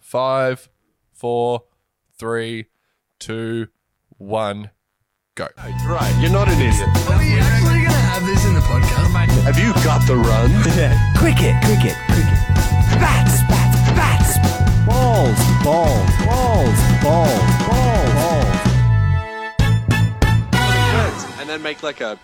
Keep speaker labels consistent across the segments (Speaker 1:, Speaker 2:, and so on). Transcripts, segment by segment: Speaker 1: Five, four, three, two, one, go.
Speaker 2: Right, you're not an idiot.
Speaker 3: Are we actually going to have this in the podcast?
Speaker 2: Have you got the run?
Speaker 4: Cricket, cricket, cricket. Bats, bats, bats. Balls, balls, balls, balls, balls, balls.
Speaker 2: And then make like a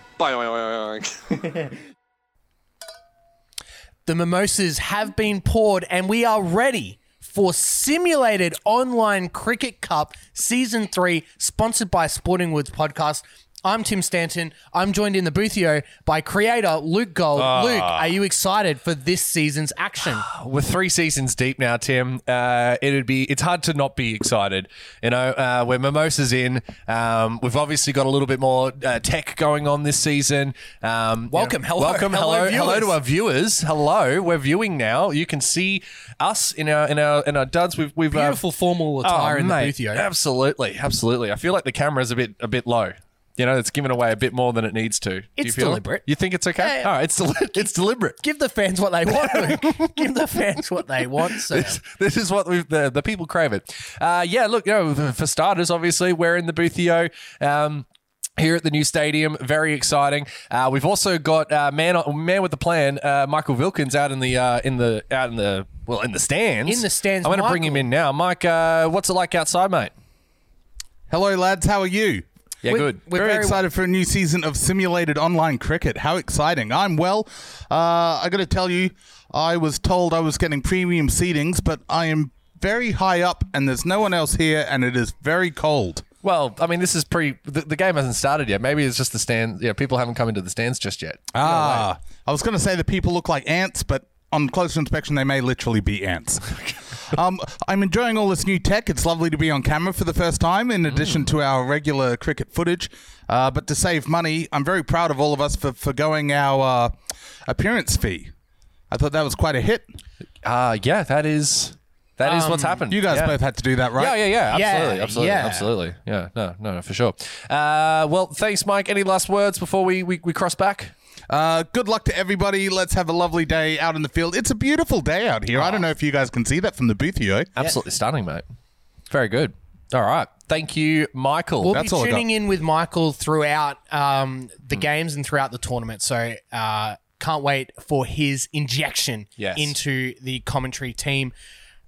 Speaker 5: The mimosas have been poured, and we are ready for simulated online cricket cup season three, sponsored by Sporting Woods Podcast. I'm Tim Stanton. I'm joined in the boothio by creator Luke Gold. Luke, are you excited for this season's action?
Speaker 1: We're three seasons deep now, Tim. Uh, it'd be it's hard to not be excited. You know, uh, we're mimosas in. Um, we've obviously got a little bit more uh, tech going on this season. Um, you
Speaker 5: Welcome, hello,
Speaker 1: welcome, hello, hello,
Speaker 5: hello, viewers.
Speaker 1: to our viewers. Hello, we're viewing now. You can see us in our in our in our duds. We've we've uh,
Speaker 5: Beautiful formal attire in
Speaker 1: Oh, mate,
Speaker 5: the boothio.
Speaker 1: Absolutely, absolutely. I feel like the camera's a bit a bit low. You know, it's giving away a bit more than it needs to. Do you
Speaker 5: It's
Speaker 1: feel it?
Speaker 5: deliberate.
Speaker 1: You think it's okay?
Speaker 5: Yeah.
Speaker 1: All right, it's deli- it's deliberate.
Speaker 5: Give the fans what they want. Luke. Give the fans what they want. Sir.
Speaker 1: This, this is what we've, the the people crave it. Uh, yeah, look, you know, for starters, obviously we're in the Boothio. Um, here at the new stadium, very exciting. Uh, we've also got uh, man man with the plan, uh, Michael Vilkins, out in the uh, in the out in the well in the stands.
Speaker 5: In the stands,
Speaker 1: I'm going to bring him
Speaker 5: Michael.
Speaker 1: in now, Mike. Uh, what's it like outside, mate?
Speaker 6: Hello, lads. How are you?
Speaker 1: Yeah,
Speaker 5: We're-
Speaker 1: good.
Speaker 5: we're
Speaker 6: very,
Speaker 5: very-
Speaker 6: excited for a new season of simulated online cricket. How exciting! I'm well. Uh, I got to tell you, I was told I was getting premium seatings, but I am very high up, and there's no one else here, and it is very cold.
Speaker 1: Well, I mean, this is pre. The, the game hasn't started yet. Maybe it's just the stand. Yeah, people haven't come into the stands just yet.
Speaker 6: Ah, I was going to say the people look like ants, but on closer inspection, they may literally be ants. um, I'm enjoying all this new tech. It's lovely to be on camera for the first time, in
Speaker 1: Mm.
Speaker 6: addition to our regular cricket footage. Uh, but to save money, I'm very proud of all of us for forgoing our uh, appearance fee. I thought that was quite a hit.
Speaker 1: Uh, yeah, that is that is what's happened.
Speaker 6: Um, You guys
Speaker 1: yeah.
Speaker 6: both had to do that, right?
Speaker 1: Yeah, yeah, yeah.
Speaker 5: Yeah,
Speaker 1: Absolutely, absolutely,
Speaker 5: yeah.
Speaker 1: absolutely. Yeah, no, no, no, for sure. Uh, well, thanks, Mike. Any last words before we we, we cross back?
Speaker 6: Uh, good luck to everybody. Let's have a lovely day out in the field. It's a beautiful day out here. I
Speaker 1: Ah.
Speaker 6: don't know if you guys can see that from the booth, eh? yo.
Speaker 1: Absolutely stunning, mate. Very good. All right, thank you, Michael.
Speaker 5: We'll
Speaker 6: That's
Speaker 5: be
Speaker 6: all I got.
Speaker 5: tuning in with Michael throughout
Speaker 1: Mm.
Speaker 5: um, the games and throughout the tournament. So uh, can't wait for his injection
Speaker 1: Yes.
Speaker 5: into the commentary team.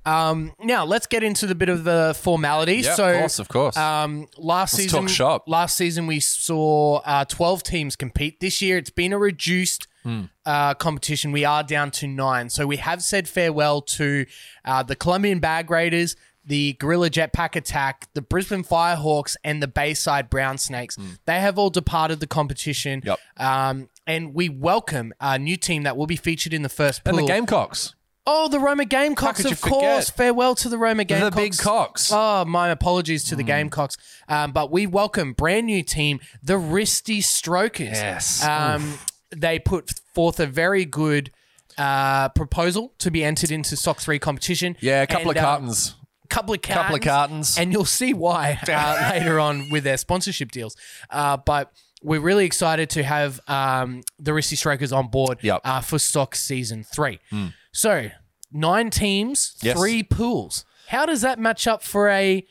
Speaker 5: Um, now let's get into the bit of the formality.
Speaker 1: Yeah,
Speaker 5: so
Speaker 1: of course, of course.
Speaker 5: Um, last
Speaker 1: Let's
Speaker 5: season,
Speaker 1: talk shop.
Speaker 5: last season we saw uh, twelve teams compete. This year it's been a reduced
Speaker 1: Hmm.
Speaker 5: uh, competition. We are down to nine, so we have said farewell to uh, the Colombian Bag Raiders, the Gorilla Jetpack Attack, the Brisbane Firehawks, and the Bayside Brown Snakes. They have all departed the competition.
Speaker 1: Hmm. Yep.
Speaker 5: Um, and we welcome a new team that will be featured in the first
Speaker 1: and
Speaker 5: pool.
Speaker 1: the Gamecocks.
Speaker 5: Oh, the Roma Gamecocks,
Speaker 1: could you
Speaker 5: of course.
Speaker 1: forget?
Speaker 5: Farewell to the Roma
Speaker 1: the
Speaker 5: Gamecocks.
Speaker 1: big cocks. Hmm.
Speaker 5: Oh, my apologies to the Gamecocks. Um, but we welcome brand new team, the Wristy Strokers.
Speaker 1: Yes.
Speaker 5: Um, they put forth a very good uh, proposal to be entered into SOC 3 competition.
Speaker 1: Yeah, a couple
Speaker 5: And,
Speaker 1: of
Speaker 5: um,
Speaker 1: cartons.
Speaker 5: couple of cartons,
Speaker 1: Couple of cartons.
Speaker 5: and you'll see why uh, later on with their sponsorship deals. Uh, but we're really excited to have um, the Risty Strokers on board
Speaker 1: Yep. Hmm.
Speaker 5: uh, for stock season three. So nine teams,
Speaker 1: Yes.
Speaker 5: three pools. How does that match up for a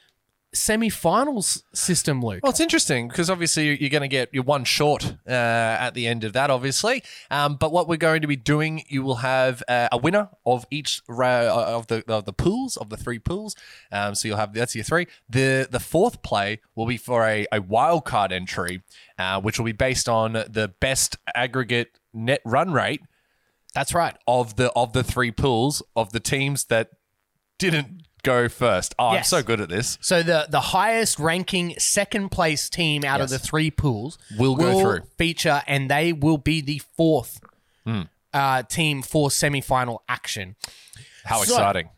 Speaker 5: semi-finals system, Luke?
Speaker 1: Well, it's interesting because obviously you're going to get your one short uh, at the end of that, obviously. Um, but what we're going to be doing, you will have uh, a winner of each ra- uh, of the of the pools of the three pools. Um, so you'll have that's your three. the The fourth play will be for a a wild card entry, uh, which will be based on the best aggregate net run rate
Speaker 5: That's right.
Speaker 1: of the of the three pools of the teams that didn't go first. Oh,
Speaker 5: Yes.
Speaker 1: I'm so good at this.
Speaker 5: So the the highest ranking second place team out of the three pools
Speaker 1: Will go through. Hmm.
Speaker 5: feature, and they will be the fourth uh, team for semi final action.
Speaker 1: How
Speaker 5: So-
Speaker 1: exciting!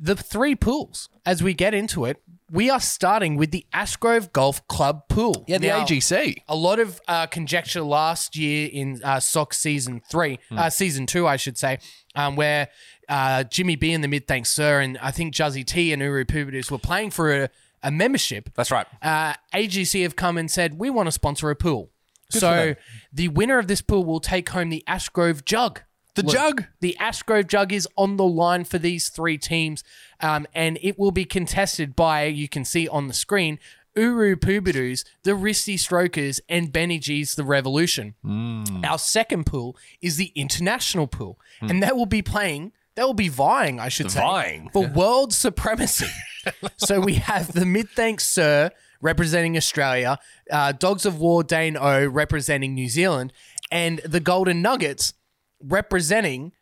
Speaker 5: The three pools, as we get into it, we are starting with the Ashgrove Golf Club pool.
Speaker 1: Yeah, the
Speaker 5: Now,
Speaker 1: AGC.
Speaker 5: a lot of uh, conjecture last year in uh, Sox season three,
Speaker 1: Hmm.
Speaker 5: uh, season two, I should say, um, where uh, Jimmy B and the Mid Thanks Sir and I think Juzzy T and Uru Pubertus were playing for a, a membership.
Speaker 1: That's right.
Speaker 5: Uh, AGC have come and said, we want to sponsor a pool. so the winner of this pool will take home the Ashgrove jug.
Speaker 1: The
Speaker 5: Look,
Speaker 1: jug.
Speaker 5: The Ashgrove jug is on the line for these three teams, um, and it will be contested by, you can see on the screen, Uru Poobadoos, the Risty Strokers, and Benny G's The Revolution.
Speaker 1: Mm.
Speaker 5: Our second pool is the international pool, and that will be playing, that will be vying, I should say,
Speaker 1: Hmm. Vying.
Speaker 5: for world supremacy. so we have the Mid Thanks Sir representing Australia, uh, Dogs of War Dane O representing New Zealand, and the Golden Nuggets representing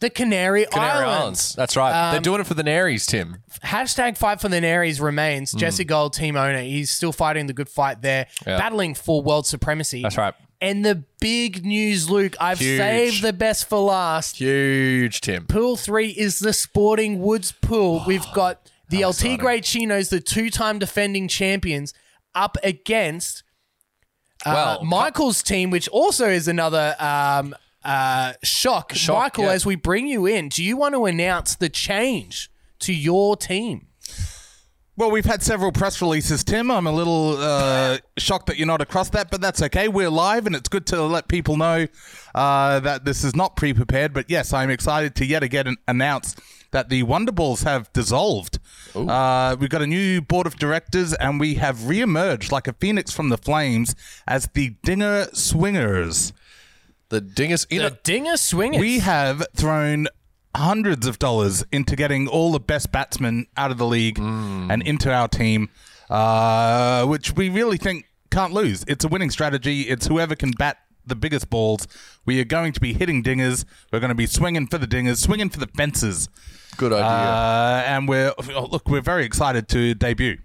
Speaker 5: the Canary,
Speaker 1: Canary
Speaker 5: Islands.
Speaker 1: Islands. That's right.
Speaker 6: Um,
Speaker 1: They're doing it for the Naries, Tim.
Speaker 5: Hashtag fight for the Nares remains. Jesse Gold, team owner, he's still fighting the good fight there,
Speaker 1: Mm. Yeah.
Speaker 5: battling for world supremacy.
Speaker 1: That's right.
Speaker 5: And the big news, Luke, I've
Speaker 1: Huge.
Speaker 5: saved the best for last.
Speaker 1: Huge, Tim.
Speaker 5: Pool three is the Sporting Woods pool. We've got the El Tigre Chinos, the two time defending champions, up against uh,
Speaker 1: Well, co-
Speaker 5: Michael's team, which also is another um, uh, shock.
Speaker 1: Shock,
Speaker 5: Michael,
Speaker 1: yeah.
Speaker 5: as we bring you in, do you want to announce the change to your team?
Speaker 6: Well, we've had several press releases, Tim. I'm a little uh, shocked that you're not across that, but that's okay. We're live, and it's good to let people know uh, that this is not pre prepared. But yes, I'm excited to yet again announce that the Wonder Balls have dissolved. Uh, we've got a new board of directors, and we have re emerged like a phoenix from the flames as the Dinger Swingers.
Speaker 1: The dingus. You know,
Speaker 5: The Dinger Swingers.
Speaker 6: We have thrown hundreds of dollars into getting all the best batsmen out of the league
Speaker 5: Mm.
Speaker 6: and into our team, uh, which we really think can't lose. It's a winning strategy. It's whoever can bat the biggest balls. We are going to be hitting dingers. We're going to be swinging for the dingers, swinging for the fences.
Speaker 1: good idea.
Speaker 6: Uh, and we're oh, look, we're very excited to debut.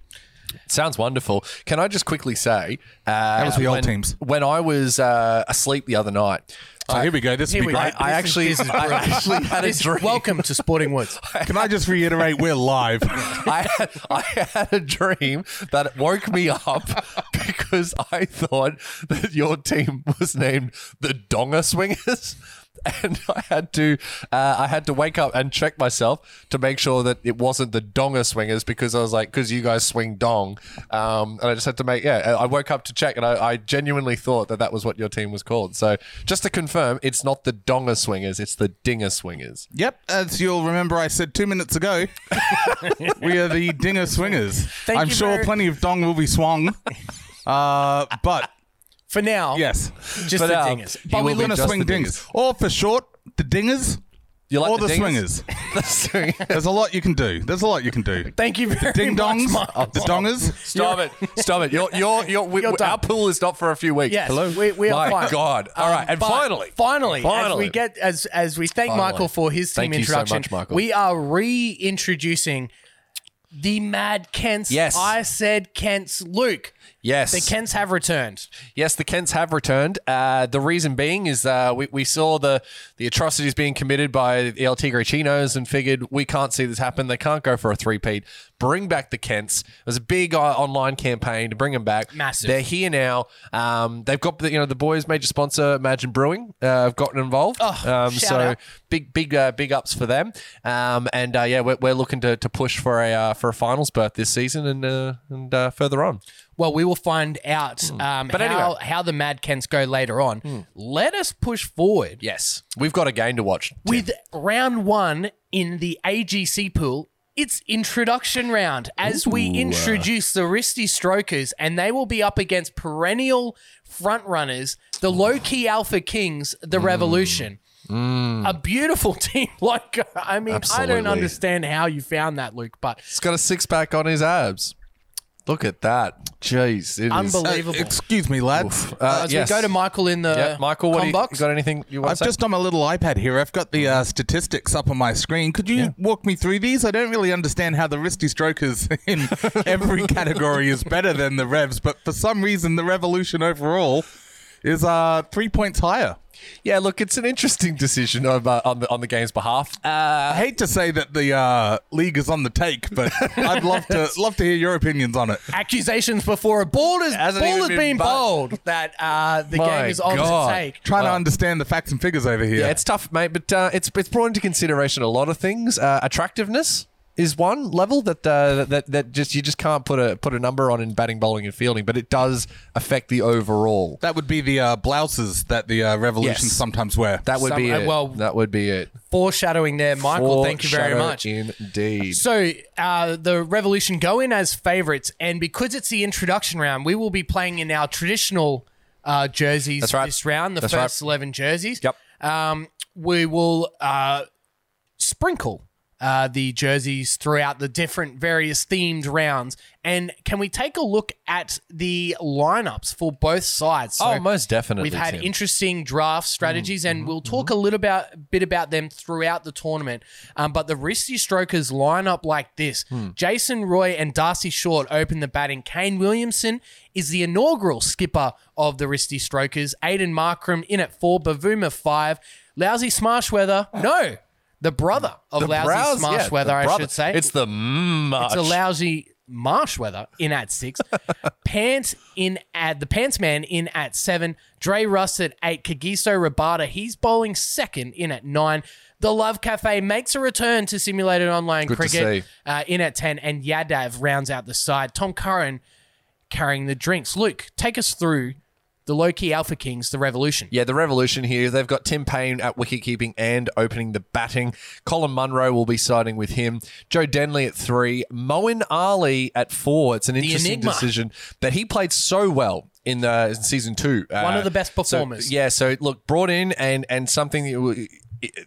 Speaker 1: Sounds wonderful. Can I just quickly say uh, that
Speaker 6: was the old
Speaker 1: when,
Speaker 6: teams.
Speaker 1: When I was uh, asleep the other night,
Speaker 6: So here we go. This
Speaker 5: Here
Speaker 6: will be
Speaker 5: we go.
Speaker 6: great.
Speaker 1: I, I actually, I actually had a
Speaker 5: This-
Speaker 1: dream.
Speaker 5: Welcome to Sporting Woods.
Speaker 6: Can I just reiterate? We're live.
Speaker 1: I had, I had a dream that woke me up because I thought that your team was named the Donga Swingers. And I had to, uh, I had to wake up and check myself to make sure that it wasn't the Donga Swingers because I was like, because you guys swing dong, um, and I just had to make, yeah. I woke up to check, and I, I genuinely thought that that was what your team was called. So just to confirm, it's not the Donga Swingers, it's the Dinger Swingers.
Speaker 6: Yep, as you'll remember, I said two minutes ago, we are the Dinger Swingers.
Speaker 5: Thank
Speaker 6: I'm
Speaker 5: you
Speaker 6: sure
Speaker 5: very-
Speaker 6: plenty of dong will be swung, uh, but
Speaker 5: For now,
Speaker 6: yes,
Speaker 5: just
Speaker 1: But,
Speaker 5: the
Speaker 1: um,
Speaker 5: Dingers.
Speaker 1: you will
Speaker 6: but we're
Speaker 1: be
Speaker 6: gonna
Speaker 1: just
Speaker 6: swing
Speaker 1: the
Speaker 6: dingers. or for short, the Dingers
Speaker 1: You like
Speaker 6: or the,
Speaker 1: the,
Speaker 6: Swingers.
Speaker 1: The Swingers.
Speaker 6: There's a lot you can do. There's a lot you can do.
Speaker 5: Thank you very
Speaker 6: Ding
Speaker 5: much,
Speaker 6: dongs,
Speaker 1: Oh,
Speaker 5: Michael.
Speaker 6: the Dongers.
Speaker 1: Stop it! Stop it! Your your your we,
Speaker 5: You're done.
Speaker 1: our pool is not for a few weeks.
Speaker 5: Yes, We, we
Speaker 1: My
Speaker 5: are fine.
Speaker 1: God! All right,
Speaker 5: Um,
Speaker 1: and
Speaker 5: but
Speaker 1: finally,
Speaker 5: finally, as
Speaker 1: Finally.
Speaker 5: we get as as we thank
Speaker 1: Finally.
Speaker 5: Michael for his team
Speaker 1: Thank you so much,
Speaker 5: introduction,
Speaker 1: Michael.
Speaker 5: we are reintroducing the Mad Kents.
Speaker 1: Yes.
Speaker 5: I said Kents. Luke,
Speaker 1: yes,
Speaker 5: the Kents have returned.
Speaker 1: yes, the Kents have returned. Uh, the reason being is uh, we we saw the the atrocities being committed by the El Tigre Chinos and figured we can't see this happen. They can't go for a three-peat. Bring back the Kents. It was a big uh, online campaign to bring them back.
Speaker 5: Massive.
Speaker 1: They're here now. Um, they've got the, you know the boys' major sponsor Imagine Brewing uh, have gotten involved. um,
Speaker 5: Oh, shout
Speaker 1: so
Speaker 5: out.
Speaker 1: big big uh, big ups for them. Um, and uh, yeah, we're, we're looking to, to push for a uh, for a finals berth this season and uh, and uh, further on.
Speaker 5: Well, we will find out
Speaker 1: Hmm.
Speaker 5: um,
Speaker 1: But
Speaker 5: how,
Speaker 1: anyway. Hmm.
Speaker 5: how the Mad Kents go later on. Let us push forward
Speaker 1: Yes, we've got a game to watch.
Speaker 5: with round one in the AGC pool. It's introduction round as we introduce the Risty Strokers, and they will be up against perennial front runners, the
Speaker 1: Hmm.
Speaker 5: low key Alpha Kings, the Revolution. A beautiful team logo. I
Speaker 1: Hmm.
Speaker 5: mean, I
Speaker 1: Absolutely.
Speaker 5: don't understand how you found that, Luke, but
Speaker 1: He's got a six pack on his abs. Look at that. Jeez, it is-
Speaker 5: unbelievable.
Speaker 6: Uh, Excuse me, lads.
Speaker 1: Uh,
Speaker 5: as
Speaker 1: yes.
Speaker 5: we go to Michael in the
Speaker 1: Yeah, Michael, what do
Speaker 5: com
Speaker 1: you,
Speaker 5: box.
Speaker 1: you got anything you want
Speaker 6: I've
Speaker 1: to say?
Speaker 6: just on my little iPad here. I've got the uh, statistics up on my screen. Could you walk me through these? I don't really understand how the wristy strokers in every category is better than the revs, but for some reason, the revolution overall is uh, three points higher.
Speaker 1: yeah, look, it's an interesting decision on, uh, on the on the game's behalf. Uh,
Speaker 6: I hate to say that the uh, league is on the take, but I'd love to love to hear your opinions on it.
Speaker 5: accusations before a ball has,
Speaker 1: Hasn't
Speaker 5: ball
Speaker 1: even
Speaker 5: has
Speaker 1: been
Speaker 5: been,
Speaker 1: bu-
Speaker 5: bold that uh, the
Speaker 1: My
Speaker 5: game is on
Speaker 1: God.
Speaker 5: to take.
Speaker 6: Trying to understand the facts and figures over here.
Speaker 1: yeah, it's tough, mate, but uh, it's it's brought into consideration a lot of things. Uh, attractiveness. is one level that uh, that that just you just can't put a put a number on in batting, bowling, and fielding, but it does affect the overall.
Speaker 6: That would be the uh, blouses that the uh, revolutions
Speaker 1: Yes.
Speaker 6: sometimes wear.
Speaker 1: That would
Speaker 5: Some-
Speaker 1: be
Speaker 5: uh,
Speaker 1: it.
Speaker 5: well,
Speaker 1: that would be it.
Speaker 5: Foreshadowing there, Michael. Thank you very
Speaker 1: Foreshadow
Speaker 5: much.
Speaker 1: Indeed.
Speaker 5: So uh, the Revolution go in as favourites, and because it's the introduction round, we will be playing in our traditional uh, jerseys
Speaker 1: That's right.
Speaker 5: this round. The
Speaker 1: That's
Speaker 5: first
Speaker 1: right.
Speaker 5: eleven jerseys.
Speaker 1: Yep.
Speaker 5: Um, we will uh, sprinkle uh, the jerseys throughout the different various themed rounds, and can we take a look at the lineups for both sides? So
Speaker 1: oh, most definitely.
Speaker 5: We've had
Speaker 1: Tim. Mm, mm-hmm,
Speaker 5: interesting draft strategies, and we'll talk a little about, bit about them throughout the tournament. Um, but the risky strokers line up like this:
Speaker 1: Hmm.
Speaker 5: Jason Roy and Darcy Short open the batting. Kane Williamson is the inaugural skipper of the risky strokers. Aiden Markram in at four, Bavuma five, Lousy Smashweather. No, the brother of Lousy
Speaker 1: Browse- yeah,
Speaker 5: Smashweather,
Speaker 1: the
Speaker 5: I
Speaker 1: brother.
Speaker 5: should say.
Speaker 1: It's the much.
Speaker 5: It's a lousy marsh weather in at six. Pants in at the pants man in at seven. Dre Russ at eight. Kagiso Rabada, he's bowling second in at nine. The Love Cafe makes a return to simulated online
Speaker 1: Good to
Speaker 5: cricket
Speaker 1: see.
Speaker 5: uh, in at 10. And Yadav rounds out the side. Tom Curran carrying the drinks. Luke, take us through the low key Alpha Kings, the revolution.
Speaker 1: Yeah, the revolution here. They've got Tim Payne at wicketkeeping and opening the batting. Colin Munro will be siding with him. Joe Denley at three. Moen Ali at four. It's an interesting
Speaker 5: enigma.
Speaker 1: decision that he played so well in the in season two. uh,
Speaker 5: One of the best
Speaker 1: so-
Speaker 5: performers.
Speaker 1: yeah. So look, brought in and and something that will-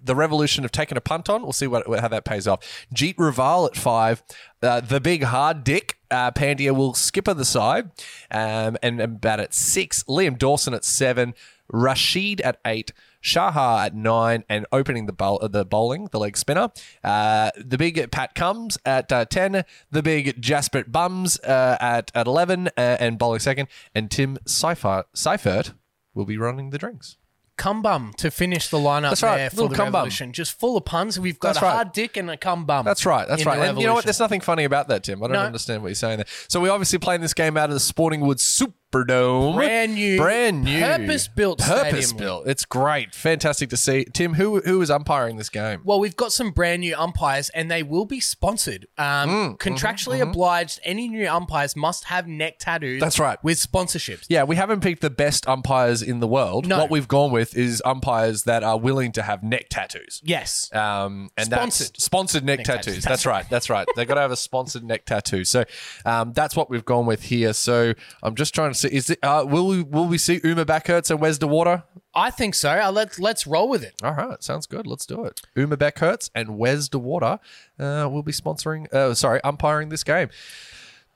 Speaker 1: the revolution have taken a punt on. We'll see what how that pays off. Jeet Raval at five. Uh, the big hard dick. Uh, Pandya will skipper the side, um, and, and bat at six. Liam Dawson at seven. Rashid at eight. Shaha at nine, and opening the bowl, the bowling, the leg spinner. Uh, the big Pat Comes at uh, ten. The big Jasper Bums uh, at at eleven, uh, and bowling second. And Tim Seifert, Seifert will be running the drinks.
Speaker 5: Cum bum to finish the lineup
Speaker 1: That's right,
Speaker 5: there for
Speaker 1: little
Speaker 5: the
Speaker 1: cum bum.
Speaker 5: revolution. Just full of puns. We've got
Speaker 1: That's
Speaker 5: a
Speaker 1: right.
Speaker 5: hard dick and a cum bum.
Speaker 1: That's right. That's
Speaker 5: in the
Speaker 1: right. And you know what?
Speaker 5: revolution.
Speaker 1: There's nothing funny about that, Tim. I don't
Speaker 5: No.
Speaker 1: understand what you're saying there. So we're obviously playing this game out of the Sporting Woods Superdome.
Speaker 5: Brand new,
Speaker 1: Brand new.
Speaker 5: purpose-built stadium.
Speaker 1: Purpose built. It's great. Fantastic to see. Tim, who who is umpiring this game?
Speaker 5: Well, we've got some brand new umpires, and they will be sponsored.
Speaker 1: Mm, mm-hmm,
Speaker 5: Um, contractually obliged, any new umpires must have neck tattoos.
Speaker 1: That's right.
Speaker 5: With sponsorships.
Speaker 1: Yeah, we haven't picked the best umpires in the world.
Speaker 5: No.
Speaker 1: What we've gone with is umpires that are willing to have neck tattoos.
Speaker 5: Yes.
Speaker 1: Um, and
Speaker 5: Sponsored.
Speaker 1: that's sponsored neck, tattoos.
Speaker 5: tattoos.
Speaker 1: That's right. That's right. They got to have a sponsored neck tattoo. So um, that's what we've gone with here. So I'm just trying to see. Is it? Uh, will we? Will we see Uma Backhurts and Wes DeWater?
Speaker 5: I think so. Uh, let's let's roll with it.
Speaker 1: All right, sounds good. Let's do it. Uma Backhurts and Wes DeWater uh, will be sponsoring. Uh, sorry, umpiring this game.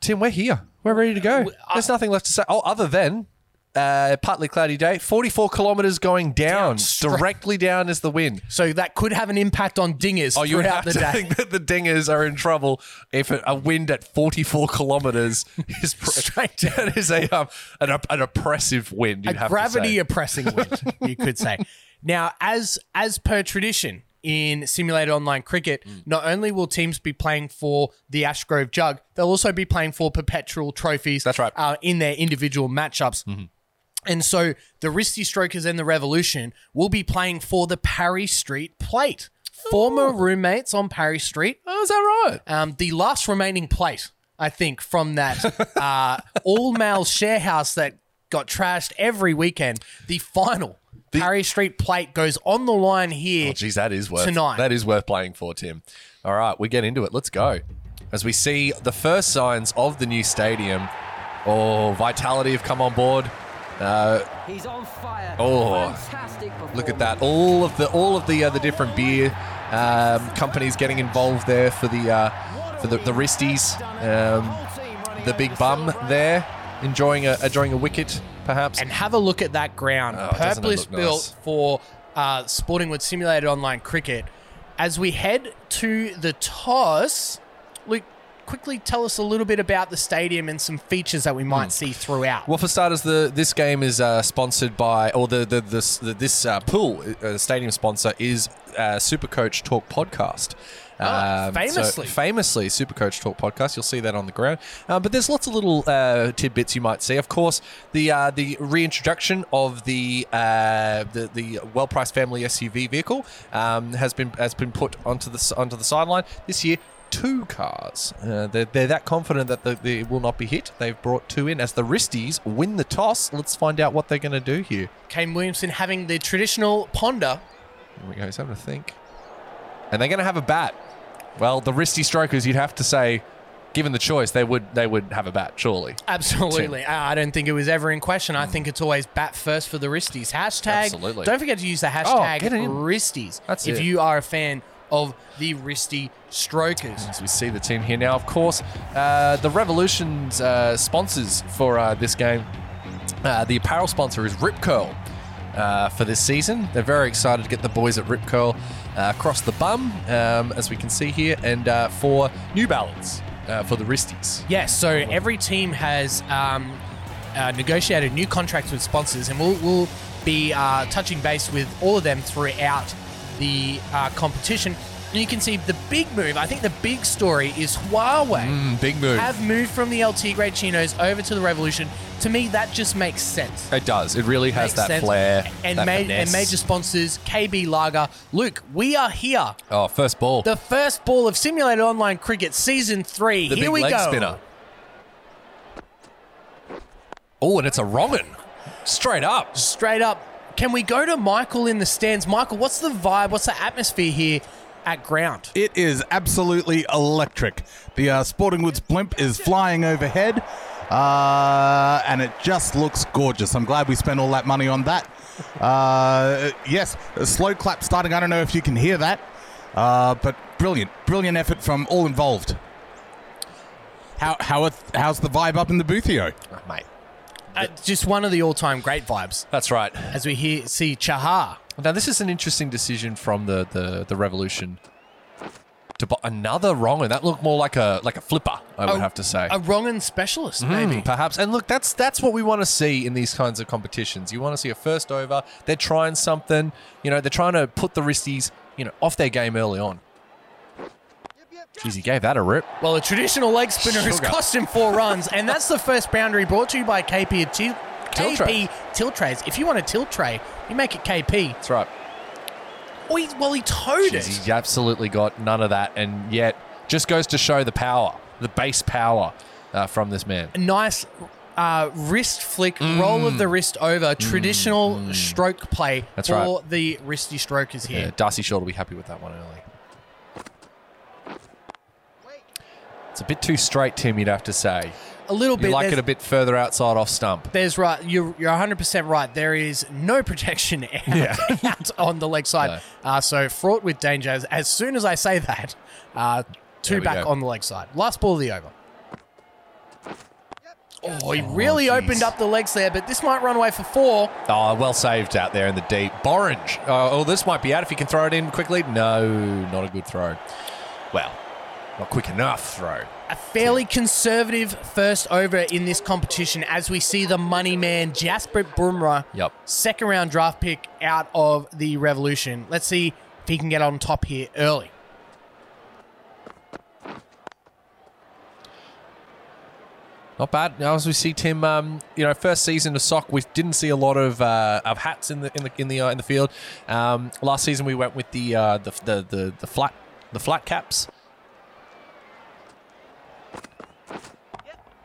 Speaker 1: Tim, we're here. We're ready to go. There's nothing left to say. Oh, other than. Uh, partly cloudy day, 44 kilometers going down.
Speaker 5: straight-
Speaker 1: directly down is the wind.
Speaker 5: So that could have an impact on dingers
Speaker 1: Oh, you would
Speaker 5: throughout
Speaker 1: have to
Speaker 5: the day.
Speaker 1: think that the dingers are in trouble if a wind at 44 kilometers is pr-
Speaker 5: Straight
Speaker 1: That is a um, an, op- an oppressive wind. You'd
Speaker 5: a
Speaker 1: have
Speaker 5: gravity
Speaker 1: To say.
Speaker 5: oppressing wind, you could say. Now, as as per tradition in simulated online cricket,
Speaker 1: Mm.
Speaker 5: not only will teams be playing for the Ashgrove Jug, they'll also be playing for perpetual trophies.
Speaker 1: That's right. Mm-hmm.
Speaker 5: Uh, in their individual matchups. And so the Risty Strokers and the Revolution will be playing for the Parry Street Plate. Former roommates on Parry Street
Speaker 1: Oh, is that right?
Speaker 5: um, the last remaining plate, I think, from that uh, all male share house that got trashed every weekend. The final Parry Street plate goes on the line here.
Speaker 1: Oh, geez, that is worth
Speaker 5: Tonight.
Speaker 1: That is worth playing for, Tim. All right, we get into it. Let's go. As we see the first signs of the new stadium. Oh, Vitality have come on board.
Speaker 7: He's on fire.
Speaker 1: Oh,
Speaker 7: Fantastic
Speaker 1: Look at that! All of the all of the uh, the different beer um, companies getting involved there for the uh, for the, the wristies, um, the big bum there enjoying a enjoying a wicket perhaps.
Speaker 5: And have a look at that ground,
Speaker 1: Oh, doesn't it look
Speaker 5: purpose built
Speaker 1: nice?
Speaker 5: for uh, Sporting Wood Simulated Online Cricket. As we head to the toss, Luke, quickly tell us a little bit about the stadium and some features that we might see throughout.
Speaker 1: Hmm. well, for starters, the this game is uh, sponsored by, or the the this the, this uh, pool uh, stadium sponsor is uh, Supercoach Talk Podcast. Uh,
Speaker 5: Ah,
Speaker 1: Um, so
Speaker 5: famously.
Speaker 1: famously Supercoach Talk podcast. You'll see that on the ground. Um, but there's lots of little uh, tidbits you might see. Of course, the uh, the reintroduction of the uh, the, the well priced family SUV vehicle um, has been has been put onto the s- onto the sideline this year. two cars. Uh, they're, they're that confident that the, they will not be hit. They've brought two in as the Wristies win the toss. Let's find out what they're going to do here.
Speaker 5: Kane Williamson having the traditional ponder.
Speaker 1: Here we go. He's having a think. And they're going to have a bat. Well, the Wristy strokers, you'd have to say, given the choice, they would they would have a bat, surely.
Speaker 5: Absolutely. I I don't think it was ever in question. I think it's always bat first for the wristies. Hashtag.
Speaker 1: Absolutely.
Speaker 5: Don't forget to use the
Speaker 1: Oh,
Speaker 5: hashtag
Speaker 1: get it in.
Speaker 5: wristies
Speaker 1: That's
Speaker 5: if
Speaker 1: it.
Speaker 5: you are a fan of the wristy strokers.
Speaker 1: As we see the team here now, of course, uh, the Revolution's uh, sponsors for uh, this game, uh, the apparel sponsor is Rip Curl. Uh, for this season, they're very excited to get the boys at Rip Curl uh, across the bum, um, as we can see here, and uh, for New Balance uh, for the wristies.
Speaker 5: Yes, so every team has um, uh, negotiated new contracts with sponsors, and we'll, we'll be uh, touching base with all of them throughout the uh, competition. And you can see the big move, I think the big story is Huawei
Speaker 1: Mm, big move.
Speaker 5: have moved from the LT grade chinos over to the Revolution. To me, that just makes sense.
Speaker 1: it does. It really has
Speaker 5: Makes
Speaker 1: that
Speaker 5: sense.
Speaker 1: flair
Speaker 5: And,
Speaker 1: that
Speaker 5: ma- and
Speaker 1: finesse.
Speaker 5: major sponsors, KB Lager. Luke, we are here.
Speaker 1: Oh, first ball.
Speaker 5: The first ball of Simulated Online Cricket Season 3.
Speaker 1: The
Speaker 5: here
Speaker 1: big
Speaker 5: we
Speaker 1: leg
Speaker 5: go.
Speaker 1: spinner. Oh, and it's a wrongin. Straight up.
Speaker 5: straight up. Can we go to Michael in the stands? Michael, what's the vibe? What's the atmosphere here at ground?
Speaker 6: It is absolutely electric. The uh, Sporting Woods blimp is flying overhead, uh, and it just looks gorgeous. I'm glad we spent all that money on that. Uh, yes, a slow clap starting. I don't know if you can hear that, uh, but brilliant, brilliant effort from all involved. How, how are, how's the vibe up in the boothio?
Speaker 1: mate.
Speaker 5: Uh, just one of the all-time great vibes
Speaker 1: That's right.
Speaker 5: as we hear see Chahar.
Speaker 1: Now, this is an interesting decision from the, the, the Revolution to buy another wrongin. That looked more like a like a flipper, I would have to say.
Speaker 5: A wrongin specialist,
Speaker 1: Hmm,
Speaker 5: maybe.
Speaker 1: perhaps. And look, that's that's what we want to see in these kinds of competitions. You want to see a first over. They're trying something. You know, they're trying to put the wristies, you know, off their game early on. Jeez, he gave that a rip.
Speaker 5: Well, a traditional leg spinner has
Speaker 1: Sugar.
Speaker 5: cost him four runs, and that's the first boundary brought to you by KP of Til- KP Tiltrays. If you want a Tiltray, you make it KP.
Speaker 1: That's right.
Speaker 5: Oh, he, well, he towed
Speaker 1: Jeez,
Speaker 5: it.
Speaker 1: he absolutely got none of that, and yet just goes to show the power, the base power uh, from this man.
Speaker 5: nice uh, wrist flick, roll of the wrist over, traditional stroke play
Speaker 1: Mm. That's
Speaker 5: for
Speaker 1: right.
Speaker 5: the wristy strokers
Speaker 1: Yeah,
Speaker 5: here.
Speaker 1: Darcy Shaw will be happy with that one early. It's a bit too straight, Tim. You'd have to say
Speaker 5: A little
Speaker 1: you
Speaker 5: bit.
Speaker 1: like
Speaker 5: there's,
Speaker 1: it a bit further outside off stump.
Speaker 5: there's right. You're, you're 100% right. There is no protection out, out on the leg side. Uh, so fraught with danger. As, as soon as I say that, uh,
Speaker 1: There
Speaker 5: two
Speaker 1: we
Speaker 5: back
Speaker 1: go.
Speaker 5: on the leg side. Last ball of the over. Oh, he really
Speaker 1: geez.
Speaker 5: opened up the legs there, but this might run away for four.
Speaker 1: Oh, well saved out there in the deep. Borange. Oh, oh, this might be out if he can throw it in quickly. No, not a good throw. Well, not quick enough throw.
Speaker 5: A fairly conservative first over in this competition as we see the money man Jasper Brumrah,
Speaker 1: Yep.
Speaker 5: second round draft pick out of the Revolution. Let's see if he can get on top here early.
Speaker 1: Not bad. Now, as we see Tim, um, you know, first season of sock, we didn't see a lot of uh, of hats in the in the in the uh, in the field. Um, last season, we went with the, uh, the the the the flat the flat caps.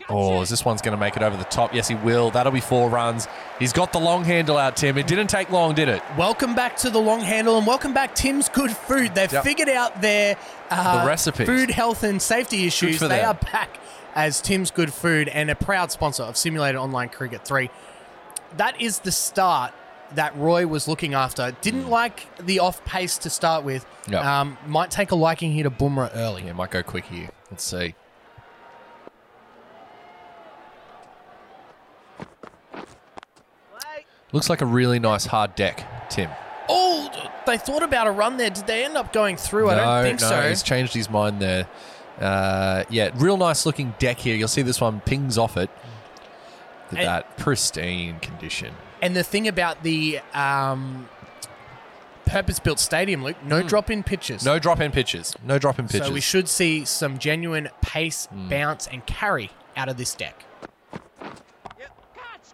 Speaker 1: Oh, is this one's going to make it over the top? Yes, he will. That'll be four runs. He's got the long handle out, Tim. It didn't take long, did it?
Speaker 5: Welcome back to the long handle and welcome back Tim's Good Food. They've
Speaker 1: Yep.
Speaker 5: figured out their uh,
Speaker 1: The recipes.
Speaker 5: food, health, and safety issues.
Speaker 1: for
Speaker 5: They
Speaker 1: them.
Speaker 5: are back as Tim's Good Food and a proud sponsor of Simulated Online Cricket 3. That is the start that Roy was looking after. Didn't like the off pace to start with.
Speaker 1: Mm. Yep.
Speaker 5: Um, might take a liking here to Boomer early.
Speaker 1: Yeah, might go quick here. Let's see. Looks like a really nice hard deck, Tim.
Speaker 5: Oh, they thought about a run there. Did they end up going through? I don't think
Speaker 1: no,
Speaker 5: so.
Speaker 1: He's changed his mind there. Uh, yeah, real nice looking deck here. You'll see this one pings off it. Look at
Speaker 5: And-
Speaker 1: that pristine condition.
Speaker 5: And the thing about the um, purpose-built stadium, Luke, no drop in pitches.
Speaker 1: Hmm. No drop in pitches. No drop in pitches. Hmm.
Speaker 5: So we should see some genuine pace, bounce, and carry out of this deck.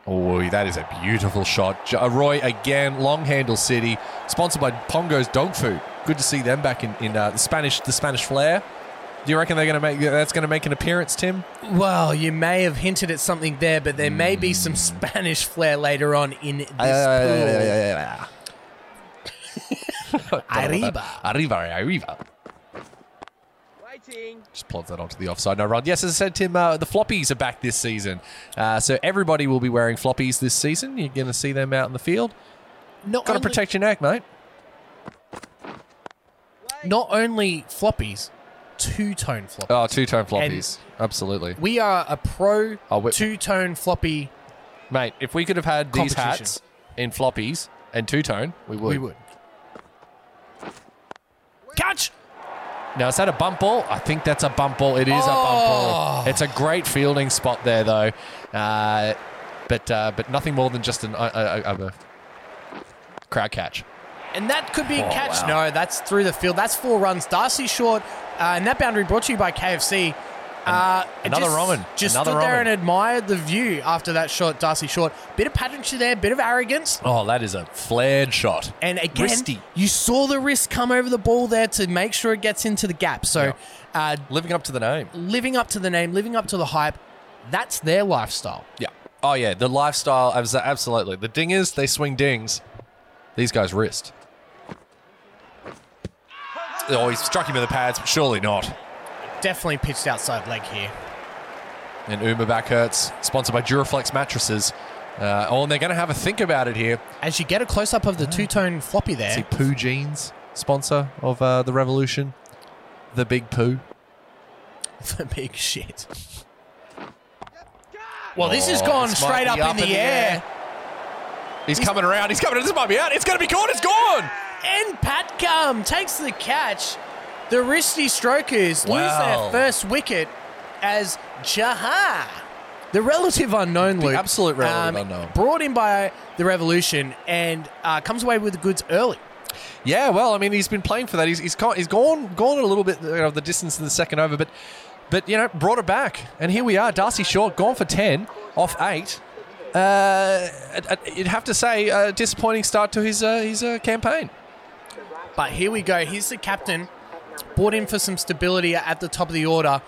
Speaker 1: oh, that is a beautiful shot. J- uh, Roy again, Long Handle City, sponsored by Pongo's Dog Food. Good to see them back in, in uh, the Spanish the Spanish flair. Do you reckon they're going to make that's going to make an appearance, Tim?
Speaker 5: Well, you may have hinted at something there, but there may be
Speaker 1: Hmm.
Speaker 5: some Spanish flair later on in this pool. Arriba.
Speaker 1: Arriba, arriba.
Speaker 7: Waiting.
Speaker 1: Just plop that onto the offside. No run. Yes, as I said, Tim, uh, the floppies are back this season. Uh, so everybody will be wearing floppies this season. You're going to see them out in the field.
Speaker 5: Not
Speaker 1: Got to
Speaker 5: only-
Speaker 1: protect your neck, mate.
Speaker 5: Not only floppies, two tone floppies.
Speaker 1: Oh, two tone floppies. Absolutely.
Speaker 5: We are a pro
Speaker 1: Oh, wait.
Speaker 5: two tone floppy.
Speaker 1: Mate, if we could have had these
Speaker 5: Competition.
Speaker 1: hats in floppies and two tone, we would.
Speaker 5: We would. Catch!
Speaker 1: Now, is that a bump ball? I think that's a bump ball. It is a bump ball. It's a great fielding spot there, though. Uh, but uh, but nothing more than just an, uh, a, a, a, a crowd catch.
Speaker 5: And that could
Speaker 1: Oh,
Speaker 5: be a catch. No, that's through the field. That's four runs. Darcy short. Uh, and that boundary brought to you by KFC. Uh, and
Speaker 1: another
Speaker 5: just,
Speaker 1: Roman.
Speaker 5: Just
Speaker 1: Another
Speaker 5: stood there
Speaker 1: Roman.
Speaker 5: and admired the view after that shot, Darcy short. Bit of pageantry there, bit of arrogance.
Speaker 1: Oh, that is a flared shot.
Speaker 5: And again,
Speaker 1: Wristy.
Speaker 5: you saw the wrist come over the ball there to make sure it gets into the gap. So, uh,
Speaker 1: Living up to the name.
Speaker 5: living up to the name, living up to the hype, that's their lifestyle.
Speaker 1: Yeah. Oh, yeah. The lifestyle, abs- absolutely. The dingers, they swing dings. These guys wrist. Oh, he struck him in the pads, but surely not.
Speaker 5: Definitely pitched outside leg here.
Speaker 1: And Uma back hurts, sponsored by Duraflex mattresses. Uh, oh, and they're going to have a think about it here.
Speaker 5: As you get a close up of the two tone floppy there,
Speaker 1: See Poo Jeans, sponsor of uh, the Revolution, the Big Poo.
Speaker 5: the big shit. Well, this has gone
Speaker 1: this might
Speaker 5: straight up,
Speaker 1: be
Speaker 5: in the, air.
Speaker 1: He's, coming around. He's coming. This might be out. It's going to be caught. It's gone.
Speaker 5: And Pat Gum takes the catch. The wristy strokers
Speaker 1: Wow.
Speaker 5: lose their first wicket as Jaha, the relative unknown, Luke,
Speaker 1: absolute relative unknown.
Speaker 5: brought in by the Revolution and uh, comes away with the goods early.
Speaker 1: Yeah, well, I mean, he's been playing for that. He's he's, co- he's gone gone a little bit you know, the distance in the second over, but but you know brought it back, and here we are. Darcy Short gone for ten off eight. Uh, I- I- you'd have to say a disappointing start to his uh, his uh, campaign.
Speaker 5: But here we go. Here's the captain. Brought in for some stability at the top of the order.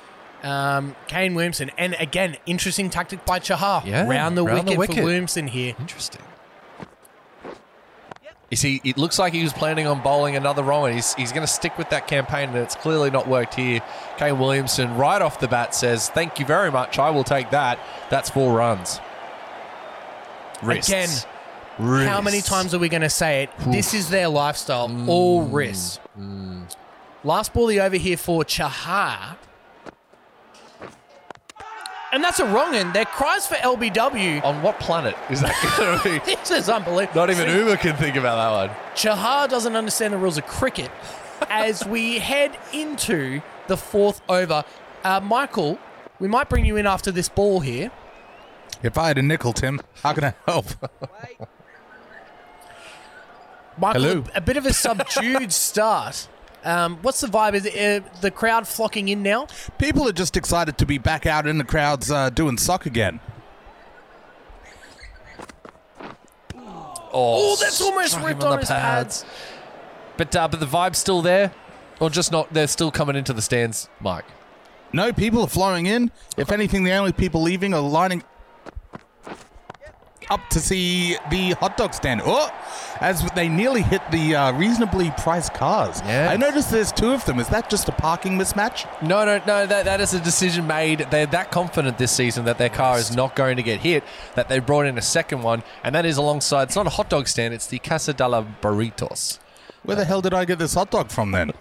Speaker 5: Um, Kane Williamson. And again, interesting tactic by Chahar.
Speaker 1: Yeah,
Speaker 5: round the,
Speaker 1: round
Speaker 5: wicket,
Speaker 1: the
Speaker 5: for
Speaker 1: wicket.
Speaker 5: Williamson here.
Speaker 1: Interesting. You see, it looks like he was planning on bowling another Rowan. He's, he's going to stick with that campaign, and it's clearly not worked here. Kane Williamson, right off the bat, says, Thank you very much. I will take that. That's four runs. Wrists.
Speaker 5: Again, How many
Speaker 1: Wrists.
Speaker 5: times are we going to say it? This is their lifestyle. All
Speaker 1: Mm,
Speaker 5: wrists. Last ball the over here for Chahar. And that's a wrong end. Their cries for LBW.
Speaker 1: On what planet is that going to be?
Speaker 5: This is unbelievable.
Speaker 1: Oh. Not even Uber can think about that one.
Speaker 5: Chahar doesn't understand the rules of cricket as we head into the fourth over. Uh, Michael, we might bring you in after this ball here.
Speaker 6: If I had a nickel, Tim, how can I help?
Speaker 5: Michael,
Speaker 6: Hello.
Speaker 5: A, a bit of a subdued start. Um, what's the vibe? Is it, uh, the crowd flocking in now?
Speaker 6: People are just excited to be back out in the crowds uh, doing sock again.
Speaker 1: Oh,
Speaker 5: Oh, that's almost
Speaker 1: struck him
Speaker 5: ripped on, his pads.
Speaker 1: But, uh, but the vibe's still there, or just not? They're still coming into the stands, Mike.
Speaker 6: No, people are flowing in. If anything, the only people leaving are lining up to see the hot dog stand. Oh, as they nearly hit the uh, reasonably priced cars.
Speaker 1: Yes.
Speaker 6: I noticed there's two of them. Is that just a parking mismatch?
Speaker 1: No, no, no. That, that is a decision made. They're that confident this season that their car is not going to get hit that they brought in a second one, and that is alongside. It's not a hot dog stand. It's the Casa de la Burritos.
Speaker 6: Where the hell did I get this hot dog from then?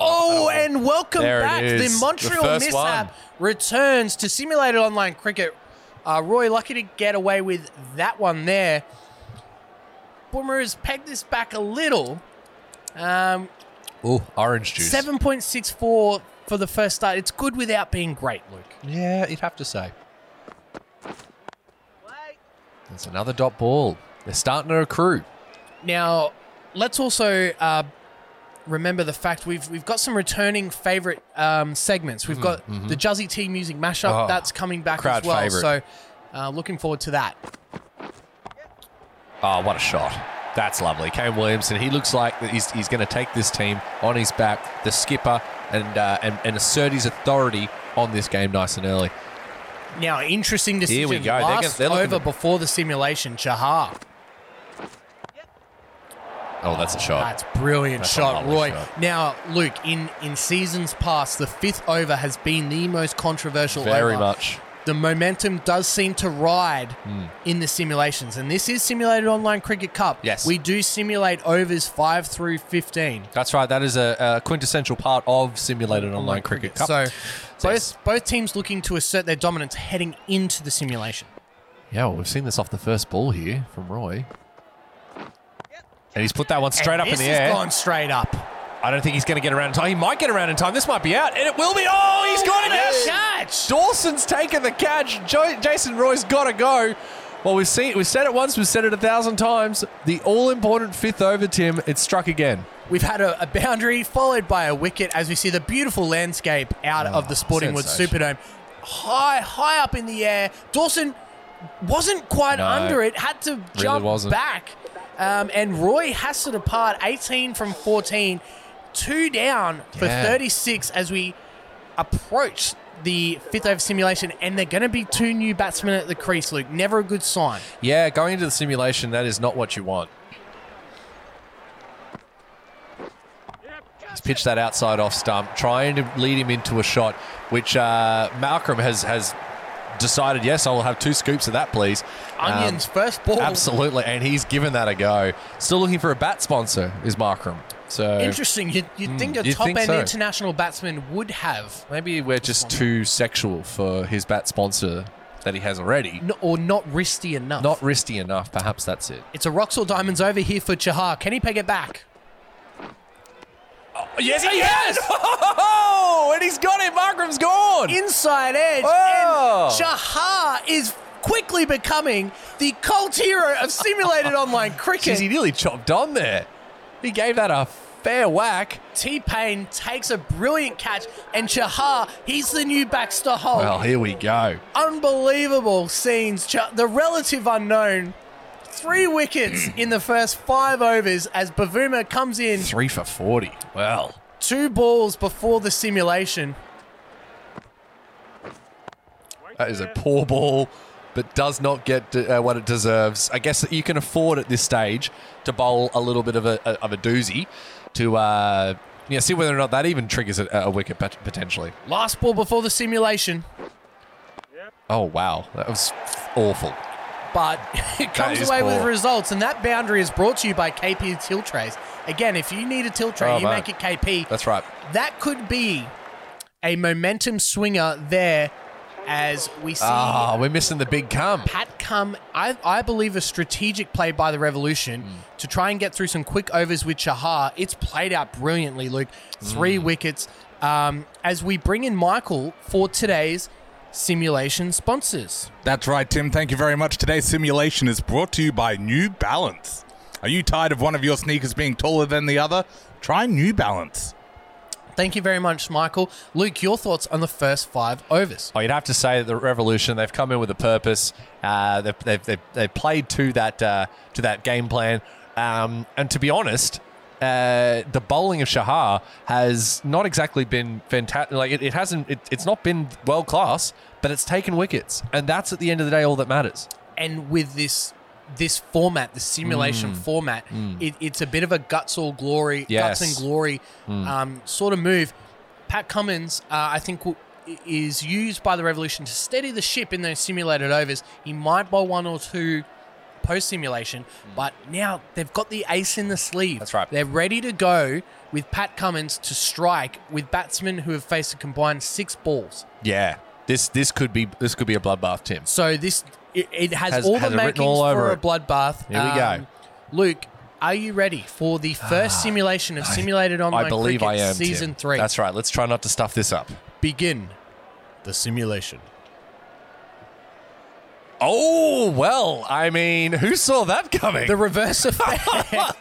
Speaker 5: Oh, and welcome
Speaker 1: There it
Speaker 5: back. The
Speaker 1: is. The
Speaker 5: Montreal
Speaker 1: first
Speaker 5: mishap
Speaker 1: one.
Speaker 5: returns to simulated online cricket. Uh, Roy, lucky to get away with that one there. Boomer has pegged this back a little. Um,
Speaker 1: Oh, orange juice.
Speaker 5: 7.64 for the first start. It's good without being great, Luke.
Speaker 1: Yeah, you'd have to say. It's another dot ball. They're starting to accrue.
Speaker 5: Now, let's also uh, remember the fact we've we've got some returning favorite um, segments. We've got the Juzzy T music mashup
Speaker 1: Hmm, Oh,
Speaker 5: that's coming back
Speaker 1: crowd
Speaker 5: as well.
Speaker 1: favourite.
Speaker 5: So, uh, looking forward to that.
Speaker 1: Oh, what a shot! That's lovely. Kane Williamson, he looks like that he's, he's going to take this team on his back, the skipper, and, uh, and, and assert his authority on this game nice and early.
Speaker 5: Now, interesting decision.
Speaker 1: Here we go. They're gonna-
Speaker 5: Last
Speaker 1: they're looking
Speaker 5: over
Speaker 1: to-
Speaker 5: before the simulation, Chahar.
Speaker 1: Oh, that's a shot.
Speaker 5: That's brilliant
Speaker 1: That's a
Speaker 5: shot,
Speaker 1: lovely
Speaker 5: Roy.
Speaker 1: shot.
Speaker 5: Now, Luke, in, in seasons past, the fifth over has been the most controversial
Speaker 1: Very
Speaker 5: over.
Speaker 1: much.
Speaker 5: The momentum does seem to ride
Speaker 1: Hmm.
Speaker 5: in the simulations, and this is simulated online cricket cup.
Speaker 1: Yes.
Speaker 5: we do simulate overs five through fifteen.
Speaker 1: That's right. That is a, a quintessential part of simulated online, cricket.
Speaker 5: Oh So,
Speaker 1: Cup.
Speaker 5: both
Speaker 1: Yes.
Speaker 5: both teams looking to assert their dominance heading into the simulation.
Speaker 1: yeah, well, we've seen this off the first ball here from Roy, and he's put that one straight
Speaker 5: And
Speaker 1: up in
Speaker 5: this
Speaker 1: the
Speaker 5: has
Speaker 1: air.
Speaker 5: gone straight up.
Speaker 1: I don't think he's going to get around in time. He might get around in time. This might be out, and it will be. Oh, he's got it!
Speaker 5: What a
Speaker 1: Yes.
Speaker 5: catch!
Speaker 1: Dawson's taken the catch. Jo- Jason Roy's got to go. Well, we've seen we've said it once, we've said it a thousand times. The all important fifth over, Tim. It's struck again.
Speaker 5: We've had a, a boundary followed by a wicket as we see the beautiful landscape out of the Sporting Woods
Speaker 1: Ah, sensational.
Speaker 5: Superdome. High, high up in the air. Dawson wasn't quite
Speaker 1: No.
Speaker 5: under it, had to jump
Speaker 1: wasn't.
Speaker 5: back. Um, and Roy has it apart 18 from 14, two down for
Speaker 1: Yeah.
Speaker 5: 36 as we approach the fifth over simulation. And they're going to be two new batsmen at the crease, Luke. Never a good sign.
Speaker 1: Yeah, going into the simulation, that is not what you want. He's pitched that outside off stump, trying to lead him into a shot, which uh, Malcolm has has decided. Yes, I will have two scoops of that, please. Um,
Speaker 5: Onions, first ball.
Speaker 1: absolutely, and he's given that a go. Still looking for a bat sponsor is Markram. So hmm,
Speaker 5: Interesting. You'd, you'd think a
Speaker 1: you'd
Speaker 5: top
Speaker 1: think
Speaker 5: end
Speaker 1: so.
Speaker 5: international batsman would have,
Speaker 1: maybe we're just too sexual for his bat sponsor that he has already.
Speaker 5: n- or not risky enough.
Speaker 1: Not risky enough. Perhaps that's it.
Speaker 5: it's a rocks or diamonds over here for Chahar. Can he peg it back?
Speaker 1: Yes, he has! Oh, and he's got it. Markram's gone.
Speaker 5: Inside edge.
Speaker 1: Oh.
Speaker 5: And Chahar is quickly becoming the cult hero of simulated online
Speaker 1: Jeez, he
Speaker 5: cricket.
Speaker 1: nearly chopped on there. He gave that a fair whack.
Speaker 5: T Pain takes a brilliant catch, and Chahar, he's the new Baxter Holt.
Speaker 1: Well, here we go.
Speaker 5: unbelievable scenes. Ch- The relative unknown, three wickets in the first five overs as Bavuma comes in
Speaker 1: Three for 40. Well,
Speaker 5: two balls before the simulation.
Speaker 1: that is a poor ball, but does not get uh, what it deserves. I guess that you can afford at this stage to bowl a little bit of a, of a doozy to uh, you know, see whether or not that even triggers a, a wicket pot- potentially.
Speaker 5: Last ball before the simulation,
Speaker 1: Oh, wow. That was awful.
Speaker 5: but it comes
Speaker 1: is
Speaker 5: away with
Speaker 1: poor.
Speaker 5: results. And that boundary is brought to you by KP Tilt Trays. Again, if you need a tilt tray,
Speaker 1: Oh,
Speaker 5: you
Speaker 1: mate.
Speaker 5: make it KP.
Speaker 1: That's right.
Speaker 5: that could be a momentum swinger there as we see
Speaker 1: Ah, we're missing the big come.
Speaker 5: Pat Cum, I, I believe a strategic play by the Revolution to try and get through some quick overs with Chahar. It's played out brilliantly, Luke. Three wickets. Um, as we bring in Michael for today's simulation sponsors.
Speaker 6: That's right, Tim. Thank you very much. Today's simulation is brought to you by New Balance. Are you tired of one of your sneakers being taller than the other? Try New Balance.
Speaker 5: Thank you very much, Michael. Luke, your thoughts on the first five overs?
Speaker 1: Oh, you'd have to say that the revolution. They've come in with a purpose. Uh, they've, they've, they've, they've played to that uh, to that game plan. Um, and to be honest, uh, the bowling of Shahar has not exactly been fantastic. Like it, it hasn't. It, it's not been world class, but it's taken wickets, and that's at the end of the day all that matters.
Speaker 5: And with this this format, the simulation
Speaker 1: Mm.
Speaker 5: format, It, it's a bit of a guts all glory,
Speaker 1: Yes. Mm.
Speaker 5: guts and glory um, sort of move. Pat Cummins, uh, I think, w- is used by the Revolution to steady the ship in those simulated overs. He might bowl one or two post simulation, but now they've got the ace in the sleeve.
Speaker 1: Mm. That's right.
Speaker 5: They're ready to go with Pat Cummins to strike with batsmen who have faced a combined six balls.
Speaker 1: Yeah, this this could be this could be a bloodbath, Tim.
Speaker 5: So this it, it has,
Speaker 1: Has-
Speaker 5: all
Speaker 1: has it
Speaker 5: the
Speaker 1: written
Speaker 5: makings
Speaker 1: all over
Speaker 5: for a
Speaker 1: it.
Speaker 5: bloodbath. Um,
Speaker 1: Here we go. Ah,
Speaker 5: Luke, are you ready for the first simulation of simulated online
Speaker 1: I believe I
Speaker 5: cricket
Speaker 1: am. Tim.
Speaker 5: season three?
Speaker 1: That's right. Let's try not to stuff this up.
Speaker 5: begin the simulation.
Speaker 1: Oh well, I mean, who saw that coming?
Speaker 5: The reverse effect.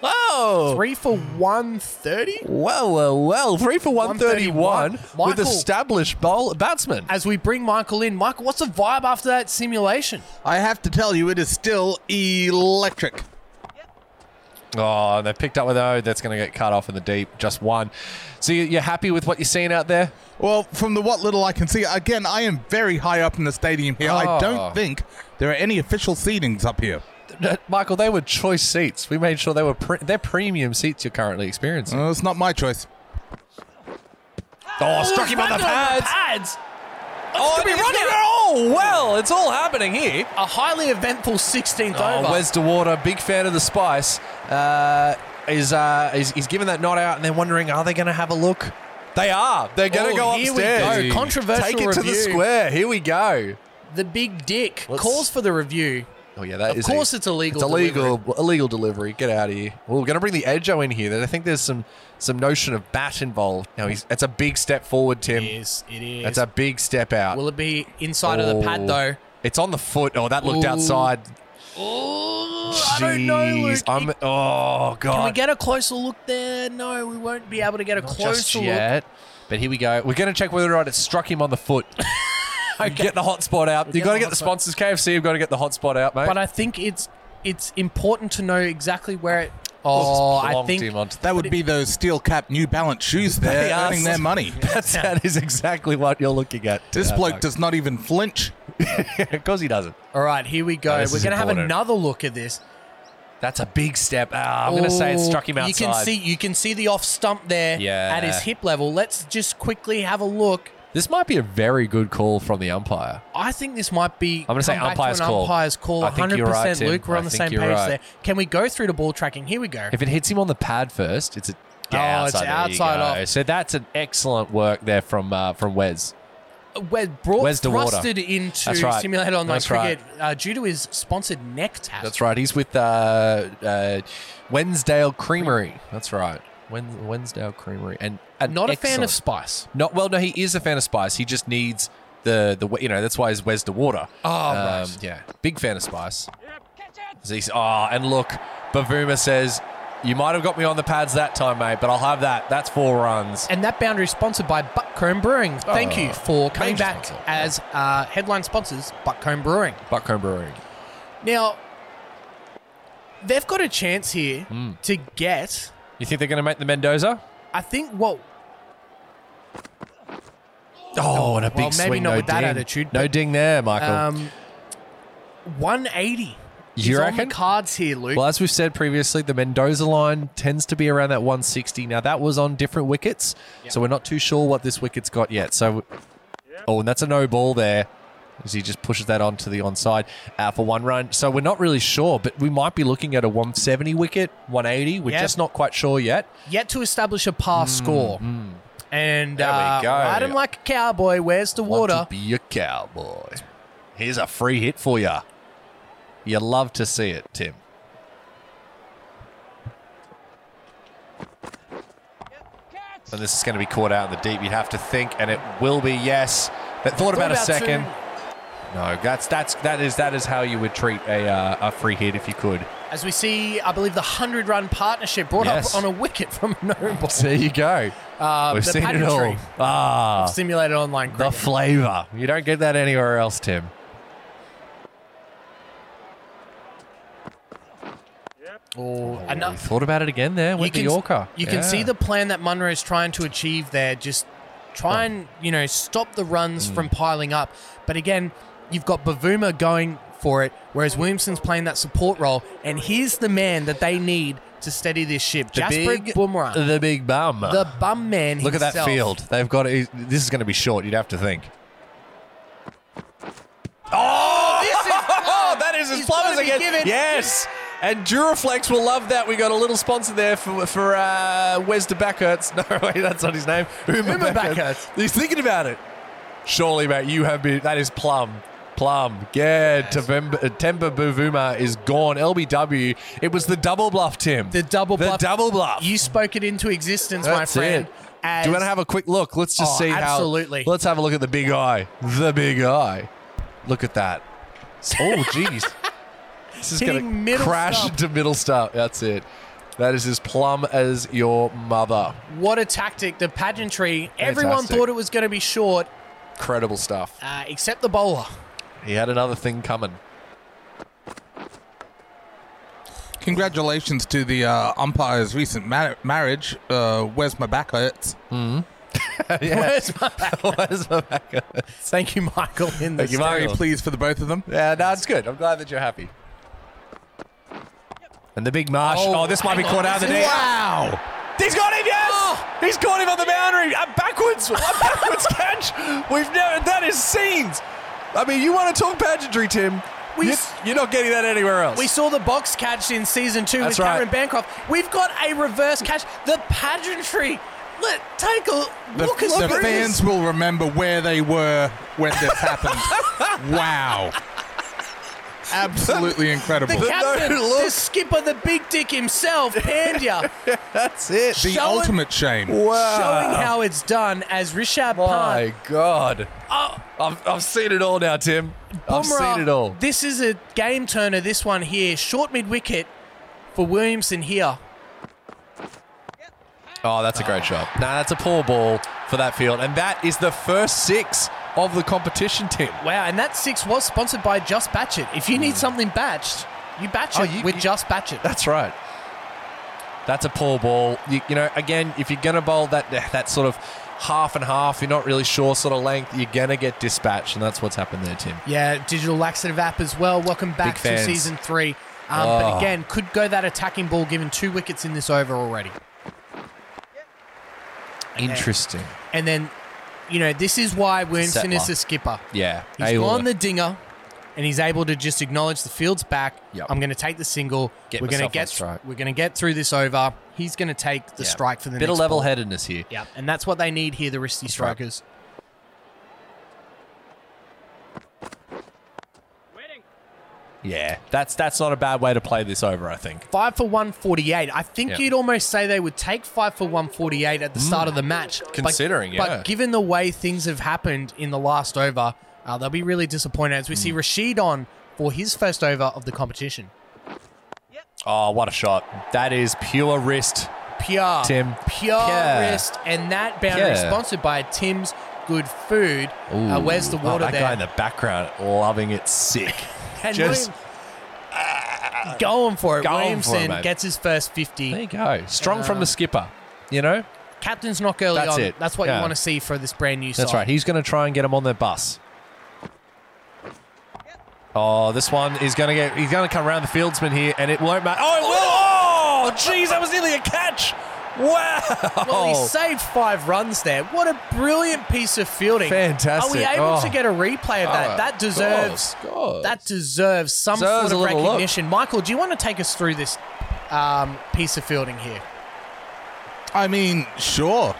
Speaker 1: oh.
Speaker 5: Three for one thirty.
Speaker 1: Well, well, well. Three for 131,
Speaker 5: 131.
Speaker 1: with
Speaker 5: Michael-
Speaker 1: established bowl batsman.
Speaker 5: As we bring Michael in, Michael, what's the vibe after that simulation?
Speaker 6: I have to tell you, it is still electric.
Speaker 1: Oh, and they picked up with an O. That's going to get cut off in the deep. Just one. So you- you're happy with what you're seeing out there?
Speaker 6: Well, from the what little I can see, again, I am very high up in the stadium here. I
Speaker 1: Oh.
Speaker 6: don't think there are any official seatings up here.
Speaker 1: Michael, they were choice seats. We made sure they were pre- they're premium seats you're currently experiencing.
Speaker 6: Uh, it's not my choice.
Speaker 1: Oh, struck him on the pads.
Speaker 5: pads.
Speaker 1: Oh,
Speaker 5: be
Speaker 1: it's
Speaker 5: running.
Speaker 1: gonna- oh, well, it's all happening here.
Speaker 5: A highly eventful 16th
Speaker 1: Oh,
Speaker 5: over.
Speaker 1: Wes DeWater, big fan of the Spice, uh, is, uh, is is giving that nod out and then wondering, are they going to have a look? They are. They're going to
Speaker 5: Oh,
Speaker 1: go
Speaker 5: here we
Speaker 1: upstairs.
Speaker 5: go. Controversial
Speaker 1: Take it to the
Speaker 5: review.
Speaker 1: square. Here we go.
Speaker 5: the big dick
Speaker 1: Let's-
Speaker 5: calls for the review.
Speaker 1: Oh yeah, that
Speaker 5: Of
Speaker 1: is
Speaker 5: course
Speaker 1: a-
Speaker 5: it's illegal
Speaker 1: It's illegal. Illegal delivery. Get out of here. Well, we're going to bring the Edjo in here. Then I think there's some some notion of bat involved. Now he's that's a big step forward, Tim.
Speaker 5: Yes, it is.
Speaker 1: That's a big step out.
Speaker 5: Will it be inside of the
Speaker 1: Oh.
Speaker 5: pad though?
Speaker 1: It's on the foot. Oh, that looked
Speaker 5: Ooh.
Speaker 1: outside.
Speaker 5: Oh,
Speaker 1: Jeez, I'm, oh god.
Speaker 5: Can we get a closer look there? No, we won't be able to get a
Speaker 1: just
Speaker 5: closer look.
Speaker 1: yet. But here we go. We're going to check whether or not it struck him on the foot. Get the hot spot out. You've got to get
Speaker 5: the
Speaker 1: the
Speaker 5: hot spot.
Speaker 1: sponsors. KFC, you've got to get the hot spot out, mate.
Speaker 5: But I think it's it's important to know exactly where it. Oh, I
Speaker 1: Plonked
Speaker 5: think
Speaker 1: him onto the-
Speaker 6: That would be those steel cap New Balance shoes
Speaker 1: They
Speaker 6: there
Speaker 1: are
Speaker 6: earning their money.
Speaker 1: That's, that is exactly what you're looking at.
Speaker 6: This bloke does not even flinch.
Speaker 1: Of course he doesn't.
Speaker 5: All right, here we go.
Speaker 1: No, this
Speaker 5: We're
Speaker 1: is
Speaker 5: going to have
Speaker 1: important.
Speaker 5: another look at this.
Speaker 1: That's a big step. Ah, I'm going to say it
Speaker 5: Oh,
Speaker 1: struck him outside.
Speaker 5: You can see you can see the off stump there
Speaker 1: Yeah.
Speaker 5: at his hip level. Let's just quickly have a look.
Speaker 1: This might be a very good call from the umpire.
Speaker 5: I think this might be.
Speaker 1: I'm gonna say
Speaker 5: come back to
Speaker 1: umpire's
Speaker 5: an
Speaker 1: call.
Speaker 5: Umpire's call.
Speaker 1: I think
Speaker 5: 100%.
Speaker 1: you're right, Tim.
Speaker 5: Luke, we're
Speaker 1: I
Speaker 5: on the
Speaker 1: think
Speaker 5: same page
Speaker 1: you're right.
Speaker 5: there. Can we go through the ball tracking? Here we go.
Speaker 1: If it hits him on the pad first, it's a
Speaker 5: Oh, it's
Speaker 1: there you
Speaker 5: outside
Speaker 1: go.
Speaker 5: off.
Speaker 1: So that's an excellent work there from uh, from Wes.
Speaker 5: We're brought
Speaker 1: Where's the water?
Speaker 5: thrusted into
Speaker 1: That's right.
Speaker 5: simulated online
Speaker 1: That's
Speaker 5: cricket uh, due to his sponsored neck tap.
Speaker 1: That's right. He's with uh, uh, Wednesdale Creamery. That's right. Wen- Wednesdale Creamery, and an
Speaker 5: Not a fan
Speaker 1: excellent-
Speaker 5: of spice.
Speaker 1: Not well. No, he is a fan of spice. He just needs the the you know that's why he's Wes the water. Oh,
Speaker 5: right.
Speaker 1: yeah, big fan of spice. So he's- oh, and look, Bavuma says, "You might have got me on the pads that time, mate, but I'll have that. That's four runs."
Speaker 5: And that boundary is sponsored by Buckcomb Brewing. Thank you for coming
Speaker 1: Oh, major
Speaker 5: back
Speaker 1: sponsor.
Speaker 5: as uh, headline sponsors, Buckcomb Brewing.
Speaker 1: Buckcomb Brewing.
Speaker 5: Now, they've got a chance here
Speaker 1: Hmm.
Speaker 5: to get.
Speaker 1: You think they're going to make the Mendoza?
Speaker 5: I think what
Speaker 1: Oh, and a big
Speaker 5: Well, maybe
Speaker 1: swing.
Speaker 5: not
Speaker 1: no
Speaker 5: with that
Speaker 1: ding.
Speaker 5: attitude,
Speaker 1: No
Speaker 5: but-
Speaker 1: ding there, Michael.
Speaker 5: um, 180
Speaker 1: You
Speaker 5: is on
Speaker 1: reckon?
Speaker 5: the cards here, Luke.
Speaker 1: Well, as we've said previously, the Mendoza line tends to be around that 160. Now, that was on different wickets, so we're not too sure what this wicket's got yet. So, oh, and that's a no ball there as he just pushes that onto the onside uh, for one run. So, we're not really sure, but we might be looking at a 170 wicket, 180. We're
Speaker 5: Yeah.
Speaker 1: just not quite sure yet.
Speaker 5: Yet to establish a par score. And
Speaker 1: Hmm, There we
Speaker 5: uh,
Speaker 1: go.
Speaker 5: ride 'em like a cowboy. Where's the
Speaker 1: Want
Speaker 5: water?
Speaker 1: to be a cowboy. Here's a free hit for you. You love to see it, Tim. And this is going to be caught out in the deep. You'd have to think, and it will be yes. But thought, about, a
Speaker 5: about
Speaker 1: second. No, that's that's that is that is how you would treat a uh, a free hit if you could.
Speaker 5: As we see, I believe the 100 run partnership brought
Speaker 1: Yes.
Speaker 5: up on a wicket from no ball.
Speaker 1: There you go.
Speaker 5: Uh,
Speaker 1: We've
Speaker 5: the
Speaker 1: seen it all.
Speaker 5: pageantry
Speaker 1: Ah,
Speaker 5: of Simulated online
Speaker 1: the
Speaker 5: cricket.
Speaker 1: flavour. You don't get that anywhere else, Tim.
Speaker 5: Or
Speaker 1: Oh, We
Speaker 5: enough.
Speaker 1: thought about it again there
Speaker 5: You
Speaker 1: with the
Speaker 5: can,
Speaker 1: Yorker.
Speaker 5: you can see
Speaker 1: Yeah.
Speaker 5: the plan that Munro is trying to achieve there. Just try and, you know, stop the
Speaker 1: Mm.
Speaker 5: runs from piling up. But again, you've got Bavuma going for it, whereas Williamson's playing that support role. And he's the man that they need to steady this ship.
Speaker 1: The
Speaker 5: Jasper
Speaker 1: big-
Speaker 5: Bumrah.
Speaker 1: The big bum.
Speaker 5: the bum man.
Speaker 1: Look at that
Speaker 5: himself.
Speaker 1: field. They've got it. This is going to be short. You'd have to think. Oh,
Speaker 5: This is-
Speaker 1: that is as
Speaker 5: He's
Speaker 1: plumb as
Speaker 5: gotta
Speaker 1: I
Speaker 5: be
Speaker 1: get.
Speaker 5: given-
Speaker 1: Yes. And Duraflex will love that. We got a little sponsor there for for uh, Wes de Backerts. No, wait, that's not his name. Uma
Speaker 5: Uma
Speaker 1: Backerts.
Speaker 5: Backerts.
Speaker 1: He's thinking about it. Surely, mate, you have been. That is plum. Plum. Yeah, Tavemba- uh, Temba Buvuma is gone. LBW. It was the double bluff, Tim.
Speaker 5: The double bluff.
Speaker 1: The double bluff.
Speaker 5: You spoke it into existence, my
Speaker 1: That's
Speaker 5: friend.
Speaker 1: it.
Speaker 5: As
Speaker 1: Do you want to have a quick look? Let's just
Speaker 5: Oh,
Speaker 1: see
Speaker 5: absolutely.
Speaker 1: how. Let's have a look at the big eye. The big eye. Look at that. Oh, jeez. this is
Speaker 5: Hitting
Speaker 1: going to
Speaker 5: middle
Speaker 1: crash
Speaker 5: stump.
Speaker 1: into middle stump. That's it. That is as plumb as your mother.
Speaker 5: what a tactic! The pageantry. Everyone
Speaker 1: Fantastic.
Speaker 5: thought it was going to be short,
Speaker 1: Incredible stuff.
Speaker 5: uh, except the bowler.
Speaker 1: He had another thing coming.
Speaker 6: Congratulations to the uh, umpire's recent mar- marriage. Uh, where's my back hurts?
Speaker 5: Where's my back?
Speaker 1: Where's my backup?
Speaker 5: Thank you, Michael. In the
Speaker 1: Thank you,
Speaker 6: Very
Speaker 1: Mario.
Speaker 6: pleased for the both of them.
Speaker 1: Yeah, no, it's good. I'm glad that you're happy. And the big marsh. Oh,
Speaker 5: Oh,
Speaker 1: this might be
Speaker 5: hang on.
Speaker 1: caught out of the net.
Speaker 6: Wow!
Speaker 1: He's got him, yes!
Speaker 5: Oh.
Speaker 1: He's caught him on the boundary. A backwards, a backwards catch. We've never, that is scenes. I mean, you want to talk pageantry, Tim.
Speaker 5: We
Speaker 1: you,
Speaker 5: s-
Speaker 1: you're not getting that anywhere else.
Speaker 5: We saw the box catch in season two
Speaker 1: That's
Speaker 5: with
Speaker 1: right.
Speaker 5: Karen Bancroft. We've got a reverse catch. The pageantry. Let take a
Speaker 6: The,
Speaker 5: look at
Speaker 6: the
Speaker 5: through
Speaker 6: fans
Speaker 5: this.
Speaker 6: will remember where they were when this happened. wow. Absolutely
Speaker 5: The
Speaker 6: incredible. The,
Speaker 5: captain,
Speaker 1: no, look.
Speaker 5: the skipper, the big dick himself, Pandya,
Speaker 1: That's it.
Speaker 5: showing-
Speaker 6: ultimate shame.
Speaker 5: showing how it's done as Rishabh Pant.
Speaker 1: My God.
Speaker 5: Oh.
Speaker 1: I've, I've seen it all now, Tim. I've
Speaker 5: Bumrah,
Speaker 1: seen it all.
Speaker 5: This is a game turner, this one here. Short mid wicket for Williamson here.
Speaker 1: Oh, that's a great shot. Nah, that's a poor ball for that field. And that is the first six of the competition, Tim.
Speaker 5: Wow, and that six was sponsored by Just Batch It. If you need something batched, you batch
Speaker 1: Hmm. Oh,
Speaker 5: it
Speaker 1: you-
Speaker 5: with
Speaker 1: you-
Speaker 5: Just Batch It.
Speaker 1: That's right. That's a poor ball. You, you know, again, if you're going to bowl that that sort of half and half, you're not really sure sort of length, you're going to get dispatched, and that's what's happened there, Tim.
Speaker 5: Yeah, digital laxative app as well. Welcome
Speaker 1: Big
Speaker 5: back to
Speaker 1: fans. Oh.
Speaker 5: season three. Um, But again, could go that attacking ball given two wickets in this over already.
Speaker 1: Interesting.
Speaker 5: And then, you know, this is why Williamson is
Speaker 1: Settler.
Speaker 5: the skipper.
Speaker 1: Yeah.
Speaker 5: He's
Speaker 1: Ayla.
Speaker 5: gone the dinger, and he's able to just acknowledge the field's back.
Speaker 1: Yep.
Speaker 5: I'm going to take the single.
Speaker 1: Get
Speaker 5: we're going
Speaker 1: myself
Speaker 5: to
Speaker 1: on
Speaker 5: get
Speaker 1: strike.
Speaker 5: we're going to get through this over. He's going to take the
Speaker 1: Yeah.
Speaker 5: strike for the
Speaker 1: Bit
Speaker 5: next
Speaker 1: of level
Speaker 5: ball.
Speaker 1: headedness here.
Speaker 5: Yeah, and that's what they need here, the wristy
Speaker 1: right.
Speaker 5: strikers.
Speaker 1: Yeah. That's that's not a bad way to play this over, I think.
Speaker 5: Five for 148. I think
Speaker 1: Yeah. Mm.
Speaker 5: you'd almost say they would take five for 148 at the start of the match. But-
Speaker 1: Considering,
Speaker 5: but,
Speaker 1: yeah.
Speaker 5: given the way things have happened in the last over, uh, they'll be really disappointed as we
Speaker 1: Mm.
Speaker 5: see Rashid on for his first over of the competition.
Speaker 1: Oh, what a shot. That is pure wrist.
Speaker 5: Pure,
Speaker 1: Tim.
Speaker 5: pure
Speaker 1: Yeah.
Speaker 5: wrist, and that boundary
Speaker 1: Yeah.
Speaker 5: sponsored by Tim's Good Food. Uh,
Speaker 1: Ooh.
Speaker 5: where's the
Speaker 1: Oh,
Speaker 5: water
Speaker 1: that
Speaker 5: there?
Speaker 1: guy in the background loving it sick.
Speaker 5: and
Speaker 1: just-
Speaker 5: William- going for it.
Speaker 1: Going for it,
Speaker 5: Williamson
Speaker 1: mate.
Speaker 5: gets his first 50.
Speaker 1: there you go. Strong
Speaker 5: Uh,
Speaker 1: from the skipper. You know?
Speaker 5: Captain's knock early
Speaker 1: That's
Speaker 5: on.
Speaker 1: it.
Speaker 5: That's what
Speaker 1: Yeah.
Speaker 5: you want to see for this brand new
Speaker 1: That's
Speaker 5: side.
Speaker 1: right. He's going to try and get him on their bus. Oh, this one is going to get. He's going to come around the fieldsman here, and it won't matter. Oh, it will! Oh, jeez, that was nearly a catch! Wow!
Speaker 5: Well, he saved five runs there. What a brilliant piece of fielding!
Speaker 1: Fantastic.
Speaker 5: Are we able
Speaker 1: Oh.
Speaker 5: to get a replay of that?
Speaker 1: Oh,
Speaker 5: that deserves
Speaker 1: of course.
Speaker 5: that deserves some
Speaker 1: Deserves a
Speaker 5: sort
Speaker 1: little
Speaker 5: of
Speaker 1: look.
Speaker 5: recognition. Michael, do you want to take us through this um, piece of fielding here?
Speaker 6: I mean, sure.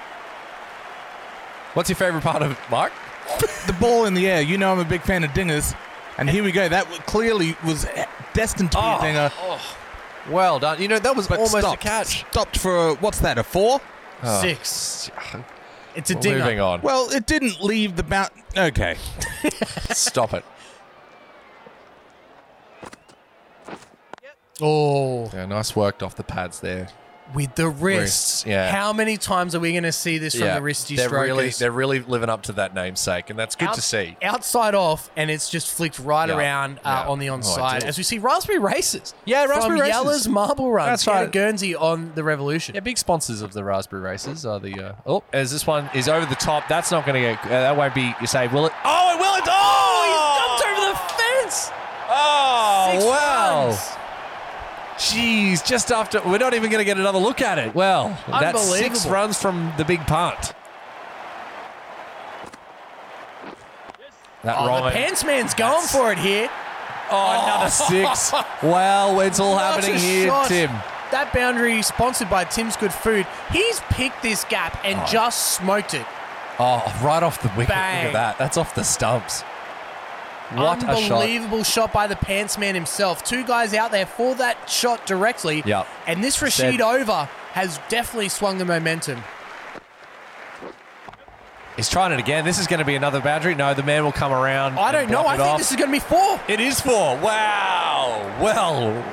Speaker 1: What's your favorite part of it, Mark?
Speaker 6: The ball in the air. You know I'm a big fan of dingers. And here we go. That w- clearly was destined to be
Speaker 1: Oh.
Speaker 6: a dinger.
Speaker 1: Well done. You know that was
Speaker 6: But
Speaker 1: almost
Speaker 6: stopped.
Speaker 1: a catch.
Speaker 6: Stopped for, a, what's that, a four?
Speaker 5: Six. It's a dinger.
Speaker 1: Ah. Moving on.
Speaker 6: Well, it didn't leave the bound. Okay.
Speaker 1: Stop it.
Speaker 5: Oh,
Speaker 1: Yeah, nice worked off the pads there.
Speaker 5: with the wrists.
Speaker 1: Wrists, yeah.
Speaker 5: How many times are we going to see this from the wristy
Speaker 1: they're
Speaker 5: strokers?
Speaker 1: really, they're really living up to that namesake, and that's good to
Speaker 5: Out-
Speaker 1: see.
Speaker 5: Outside off, and it's just flicked right
Speaker 1: Yeah.
Speaker 5: around uh,
Speaker 1: Yeah.
Speaker 5: on the
Speaker 1: Oh,
Speaker 5: onside.
Speaker 1: ideal.
Speaker 5: as we see Raspberry Races.
Speaker 1: Yeah, Raspberry
Speaker 5: from
Speaker 1: Races.
Speaker 5: Yella's Marble Run.
Speaker 1: That's
Speaker 5: Peter
Speaker 1: right.
Speaker 5: Guernsey on the Revolution.
Speaker 1: Yeah, big sponsors of the Raspberry Races are the. Uh, oh, as this one is over the top, that's not going to get. Uh, that won't be. You say, will it? Oh, it will. It.
Speaker 5: Oh,
Speaker 1: Oh,
Speaker 5: he's jumped over the fence.
Speaker 1: Oh,
Speaker 5: Six
Speaker 1: wow.
Speaker 5: runs.
Speaker 1: Jeez, just after. We're not even going to get another look at it. Well, that's six
Speaker 5: Unbelievable.
Speaker 1: runs from the big punt. That
Speaker 5: Oh,
Speaker 1: Ryan.
Speaker 5: the pants man's going for it here.
Speaker 1: oh, another six. Well, it's all
Speaker 5: Such
Speaker 1: happening
Speaker 5: a
Speaker 1: here,
Speaker 5: shot.
Speaker 1: Tim.
Speaker 5: That boundary sponsored by Tim's Good Food. He's picked this gap and just smoked it.
Speaker 1: Oh, right off the wicket. Look
Speaker 5: Bang.
Speaker 1: at that. That's off the stumps. What a shot.
Speaker 5: Unbelievable shot by the pants man himself. Two guys out there for that shot directly.
Speaker 1: Yep.
Speaker 5: And this
Speaker 1: Said-
Speaker 5: Rashid over has definitely swung the momentum.
Speaker 1: He's trying it again. This is going to be another boundary. No, the man will come around.
Speaker 5: I
Speaker 1: and
Speaker 5: don't know.
Speaker 1: block
Speaker 5: I
Speaker 1: it
Speaker 5: think
Speaker 1: off.
Speaker 5: this is going to be four.
Speaker 1: It is four. Wow. Well,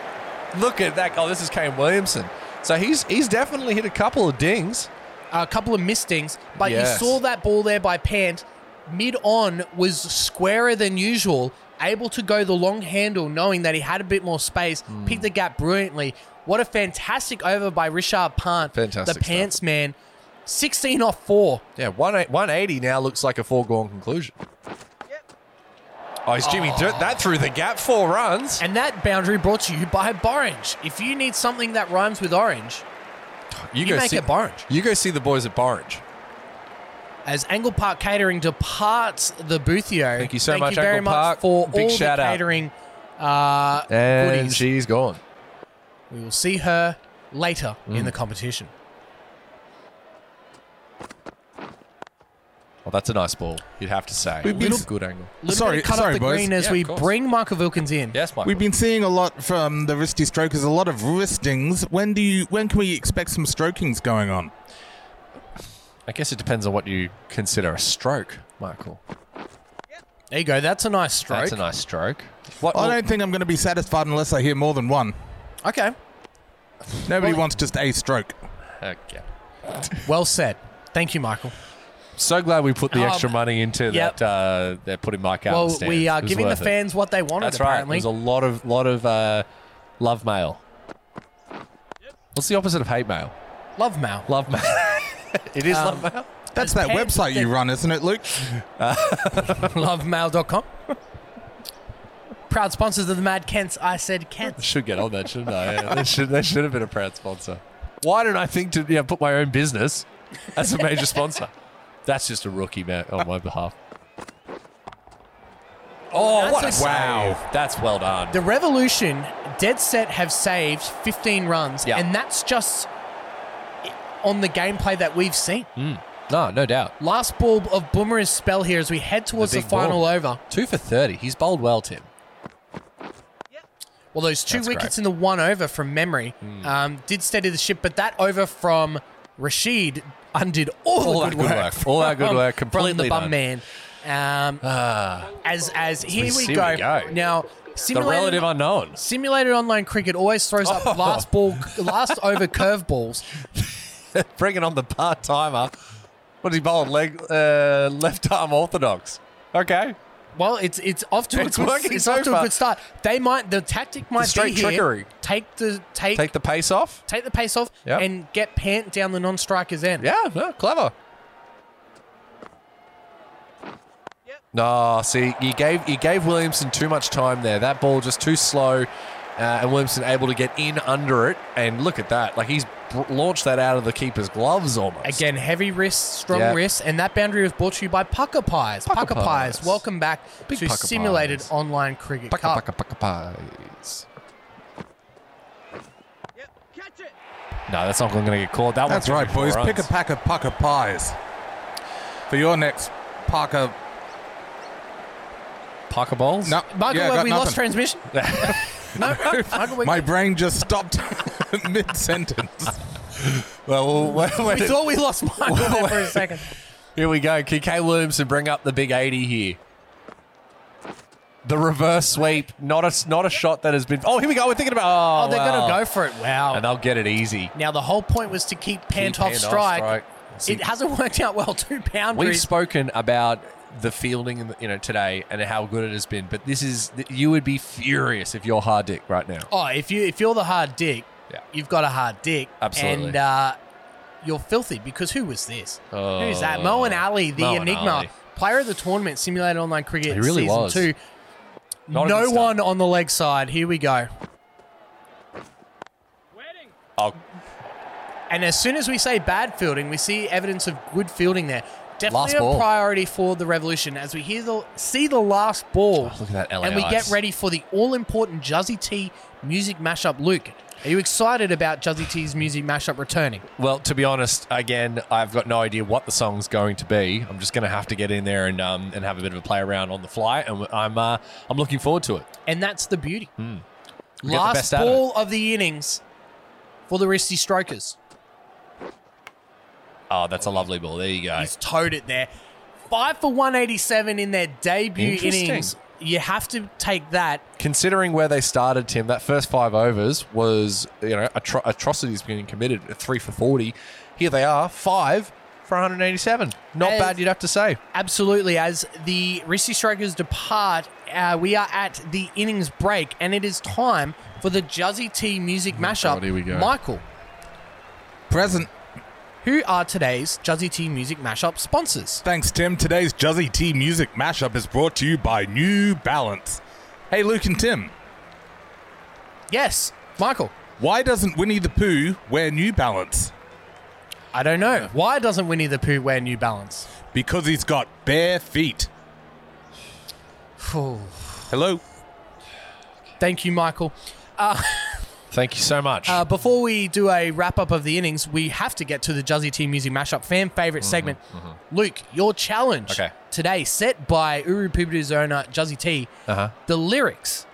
Speaker 1: look at that. Oh, this is Kane Williamson. So he's he's definitely hit a couple of dings.
Speaker 5: a couple of mistings, but
Speaker 1: Yes.
Speaker 5: you saw that ball there by Pant mid on was squarer than usual able to go the long handle, knowing that he had a bit more space,
Speaker 1: Hmm.
Speaker 5: picked the gap brilliantly. What a fantastic over by Richard Pant,
Speaker 1: Fantastic
Speaker 5: the
Speaker 1: stuff.
Speaker 5: pants man. 16 off four.
Speaker 1: Yeah, one eight- 180 now looks like a foregone conclusion. Oh, he's Jimmy Dirt that through the gap, four runs.
Speaker 5: And that boundary brought to you by Borange. If you need something that rhymes with orange, you make
Speaker 1: see,
Speaker 5: it Borange.
Speaker 1: You go see the boys at Barrange.
Speaker 5: as Angle Park Catering departs the Boothio.
Speaker 1: Thank you so
Speaker 5: thank
Speaker 1: much,
Speaker 5: you very
Speaker 1: Angle
Speaker 5: much
Speaker 1: Park.
Speaker 5: for
Speaker 1: Big
Speaker 5: all
Speaker 1: shout
Speaker 5: the
Speaker 1: out.
Speaker 5: catering uh,
Speaker 1: And
Speaker 5: goodies.
Speaker 1: she's gone.
Speaker 5: we will see her later
Speaker 1: Mm.
Speaker 5: in the competition.
Speaker 1: Well, Oh, that's a nice ball, you'd have to say.
Speaker 6: We've been-
Speaker 1: It's a good angle.
Speaker 5: Little
Speaker 6: Sorry-
Speaker 5: bit of cut
Speaker 6: sorry,
Speaker 5: up the
Speaker 6: boys.
Speaker 5: green as
Speaker 1: Yeah,
Speaker 5: we
Speaker 1: of course.
Speaker 5: bring Michael Wilkins in.
Speaker 1: Yes, Michael.
Speaker 6: We've been seeing a lot from the wristy strokers, a lot of wristings. When do you? When can we expect some strokings going on?
Speaker 1: I guess it depends on what you consider a stroke, Michael.
Speaker 5: There you go. That's a nice stroke.
Speaker 1: That's a nice stroke. What?
Speaker 6: I don't think I'm going to be satisfied unless I hear more than one.
Speaker 5: okay.
Speaker 6: Nobody wants just a stroke.
Speaker 1: okay.
Speaker 5: Well said. Thank you, Michael.
Speaker 1: So glad we put the
Speaker 5: Um,
Speaker 1: extra money into
Speaker 5: yep.
Speaker 1: that. Uh, that putting Mike out. on
Speaker 5: Well,
Speaker 1: the
Speaker 5: we
Speaker 1: stands.
Speaker 5: are
Speaker 1: It was
Speaker 5: giving the
Speaker 1: worth it.
Speaker 5: fans what they wanted,
Speaker 1: That's right.
Speaker 5: apparently.
Speaker 1: There's a lot of lot of uh, love mail. What's the opposite of hate mail?
Speaker 5: Love mail.
Speaker 1: Love mail. it is
Speaker 5: Um,
Speaker 1: love mail.
Speaker 6: That's that
Speaker 5: Pen-
Speaker 6: website you run, isn't it, Luke?
Speaker 5: Lovemail.com. Proud sponsors of the Mad Kents. I said Kents.
Speaker 1: Should get on that, shouldn't I? Yeah, they should. They should have been a proud sponsor. Why didn't I think to yeah, put my own business as a major sponsor? That's just a rookie man on my behalf. Oh,
Speaker 5: That's
Speaker 1: what
Speaker 5: a
Speaker 1: a
Speaker 5: save.
Speaker 1: wow! That's well done.
Speaker 5: The Revolution dead set have saved 15 runs,
Speaker 1: Yeah.
Speaker 5: and that's just on the gameplay that we've seen.
Speaker 1: Mm. No, no doubt.
Speaker 5: Last ball of Boomer's spell here as we head towards the,
Speaker 1: big
Speaker 5: final
Speaker 1: ball.
Speaker 5: over.
Speaker 1: Two for thirty. He's bowled well, Tim.
Speaker 5: Well, those two
Speaker 1: That's
Speaker 5: wickets
Speaker 1: great. Hmm.
Speaker 5: in the one over from memory um, did steady the ship, but that over from Rashid undid
Speaker 1: All
Speaker 5: all, the
Speaker 1: that
Speaker 5: good
Speaker 1: good
Speaker 5: work.
Speaker 1: work. All that good
Speaker 5: from-
Speaker 1: work
Speaker 5: from the
Speaker 1: completely
Speaker 5: bum
Speaker 1: done. Ah.
Speaker 5: man. Um, as as here we,
Speaker 1: see we
Speaker 5: go.
Speaker 1: go.
Speaker 5: now.
Speaker 1: The
Speaker 5: Simulated
Speaker 1: relative unknown.
Speaker 5: Simulated online cricket always throws up
Speaker 1: Oh.
Speaker 5: last ball, last over curveballs.
Speaker 1: bringing on the part timer. What is he bowling? Leg, uh, left arm orthodox. Okay.
Speaker 5: Well, it's it's off to
Speaker 1: It's
Speaker 5: a good,
Speaker 1: working
Speaker 5: it's
Speaker 1: so
Speaker 5: off to a
Speaker 1: far.
Speaker 5: good start. They might the tactic might
Speaker 1: straight
Speaker 5: be here,
Speaker 1: trickery.
Speaker 5: Take the
Speaker 1: Take
Speaker 5: take take,
Speaker 1: the pace off.
Speaker 5: the pace off
Speaker 1: Yep.
Speaker 5: and get pant down the non-striker's end.
Speaker 1: Yeah, no, clever. No, see, you gave you gave Williamson too much time there. That ball just too slow, uh, and Williamson able to get in under it. And look at that, like he's br- launched that out of the keeper's gloves almost.
Speaker 5: Again, heavy wrists, strong
Speaker 1: Yeah.
Speaker 5: wrists, and that boundary was brought to you by Pucker Pies.
Speaker 1: Pucker
Speaker 5: Pucker, Pies.
Speaker 1: Pies.
Speaker 5: welcome back
Speaker 1: Big
Speaker 5: to
Speaker 1: Pucker
Speaker 5: simulated
Speaker 1: Pies.
Speaker 5: online cricket.
Speaker 1: Pucka,
Speaker 5: Cup.
Speaker 1: pucka, pucka, pies. No, that's not going to get called. That
Speaker 6: That's
Speaker 1: one's
Speaker 6: right, boys. Pick a
Speaker 1: pack.
Speaker 6: pack of pucker pies for your next Parker.
Speaker 1: Pucker balls.
Speaker 6: No,
Speaker 5: Michael,
Speaker 6: yeah, I
Speaker 5: have
Speaker 6: got
Speaker 5: we lost
Speaker 6: nothing.
Speaker 5: transmission? no, no, Michael, we,
Speaker 6: My brain just stopped mid sentence.
Speaker 1: Well, when, when,
Speaker 5: we thought we lost Michael there
Speaker 1: Oh,
Speaker 5: for a second.
Speaker 1: Here we go. KK Williamson bring up the big 80 here. The reverse sweep, not a not a shot that has been. Oh, here we go. We're thinking about. Oh,
Speaker 5: Oh, they're
Speaker 1: wow.
Speaker 5: going to go for it. Wow.
Speaker 1: and they'll get it easy.
Speaker 5: Now the whole point was to keep Pant
Speaker 1: Keep
Speaker 5: off
Speaker 1: Pant off
Speaker 5: strike.
Speaker 1: strike. See-
Speaker 5: It hasn't worked out well. Two
Speaker 1: We've
Speaker 5: boundaries.
Speaker 1: spoken about the fielding, in the- you know, today and how good it has been. But this is you would be furious if you're hard dick right now.
Speaker 5: oh, if you if you're the hard dick,
Speaker 1: Yeah.
Speaker 5: you've got a hard dick.
Speaker 1: Absolutely.
Speaker 5: And uh, you're filthy because who was this? Who's that?
Speaker 1: Oh,
Speaker 5: Moen Ali, the
Speaker 1: Moen
Speaker 5: enigma,
Speaker 1: Ali.
Speaker 5: player of the tournament, simulated online cricket.
Speaker 1: He really
Speaker 5: season
Speaker 1: was.
Speaker 5: two.
Speaker 1: Not a good
Speaker 5: no
Speaker 1: start.
Speaker 5: one on the leg side. Here we go.
Speaker 1: Oh,
Speaker 5: And as soon as we say bad fielding, we see evidence of good fielding there. Definitely
Speaker 1: Last
Speaker 5: a
Speaker 1: ball.
Speaker 5: priority for the Revolution as we hear the see the last ball.
Speaker 1: Oh, look at that LA
Speaker 5: and we
Speaker 1: eyes.
Speaker 5: get ready for the all important Juzzy T music mashup. Luke, are you excited about Juzzy T's music mashup returning?
Speaker 1: Well, to be honest, again, I've got no idea what the song's going to be. I'm just going to have to get in there and um, and have a bit of a play around on the fly, and I'm uh, I'm looking forward to it.
Speaker 5: And that's the beauty.
Speaker 1: Hmm. We get the
Speaker 5: Last
Speaker 1: best out of
Speaker 5: ball of the innings for the Wristy Strokers.
Speaker 1: Oh, that's a lovely ball. There you go.
Speaker 5: He's towed it there. Five for 187 in their debut
Speaker 1: Interesting.
Speaker 5: innings. You have to take that.
Speaker 1: Considering where they started, Tim, that first five overs was you know atro- atrocities being committed. Three for forty. Here they are, five for for 187. Not
Speaker 5: As-
Speaker 1: bad, you'd have to say.
Speaker 5: Absolutely. As the Risty Strikers depart, uh, we are at the innings break, and it is time for the Juzzy T music mashup.
Speaker 1: Oh God, here we go.
Speaker 5: Michael,
Speaker 6: Present.
Speaker 5: who are today's Juzzy T music mashup sponsors?
Speaker 6: Thanks, Tim. Today's Juzzy T music mashup is brought to you by New Balance. Hey, Luke and Tim,
Speaker 5: Yes, Michael.
Speaker 6: why doesn't Winnie the Pooh wear New Balance?
Speaker 5: I don't know. Why doesn't Winnie the Pooh wear New Balance?
Speaker 6: Because he's got bare feet. Hello.
Speaker 5: Thank you, Michael.
Speaker 1: Thank you so much.
Speaker 5: Uh, before we do a wrap up of the innings, we have to get to the Juzzy T music mashup fan favorite segment. Luke, your challenge
Speaker 1: Mm-hmm, Okay.
Speaker 5: today, set by Uru Pubudu's owner Juzzy T,
Speaker 1: Uh-huh.
Speaker 5: the lyrics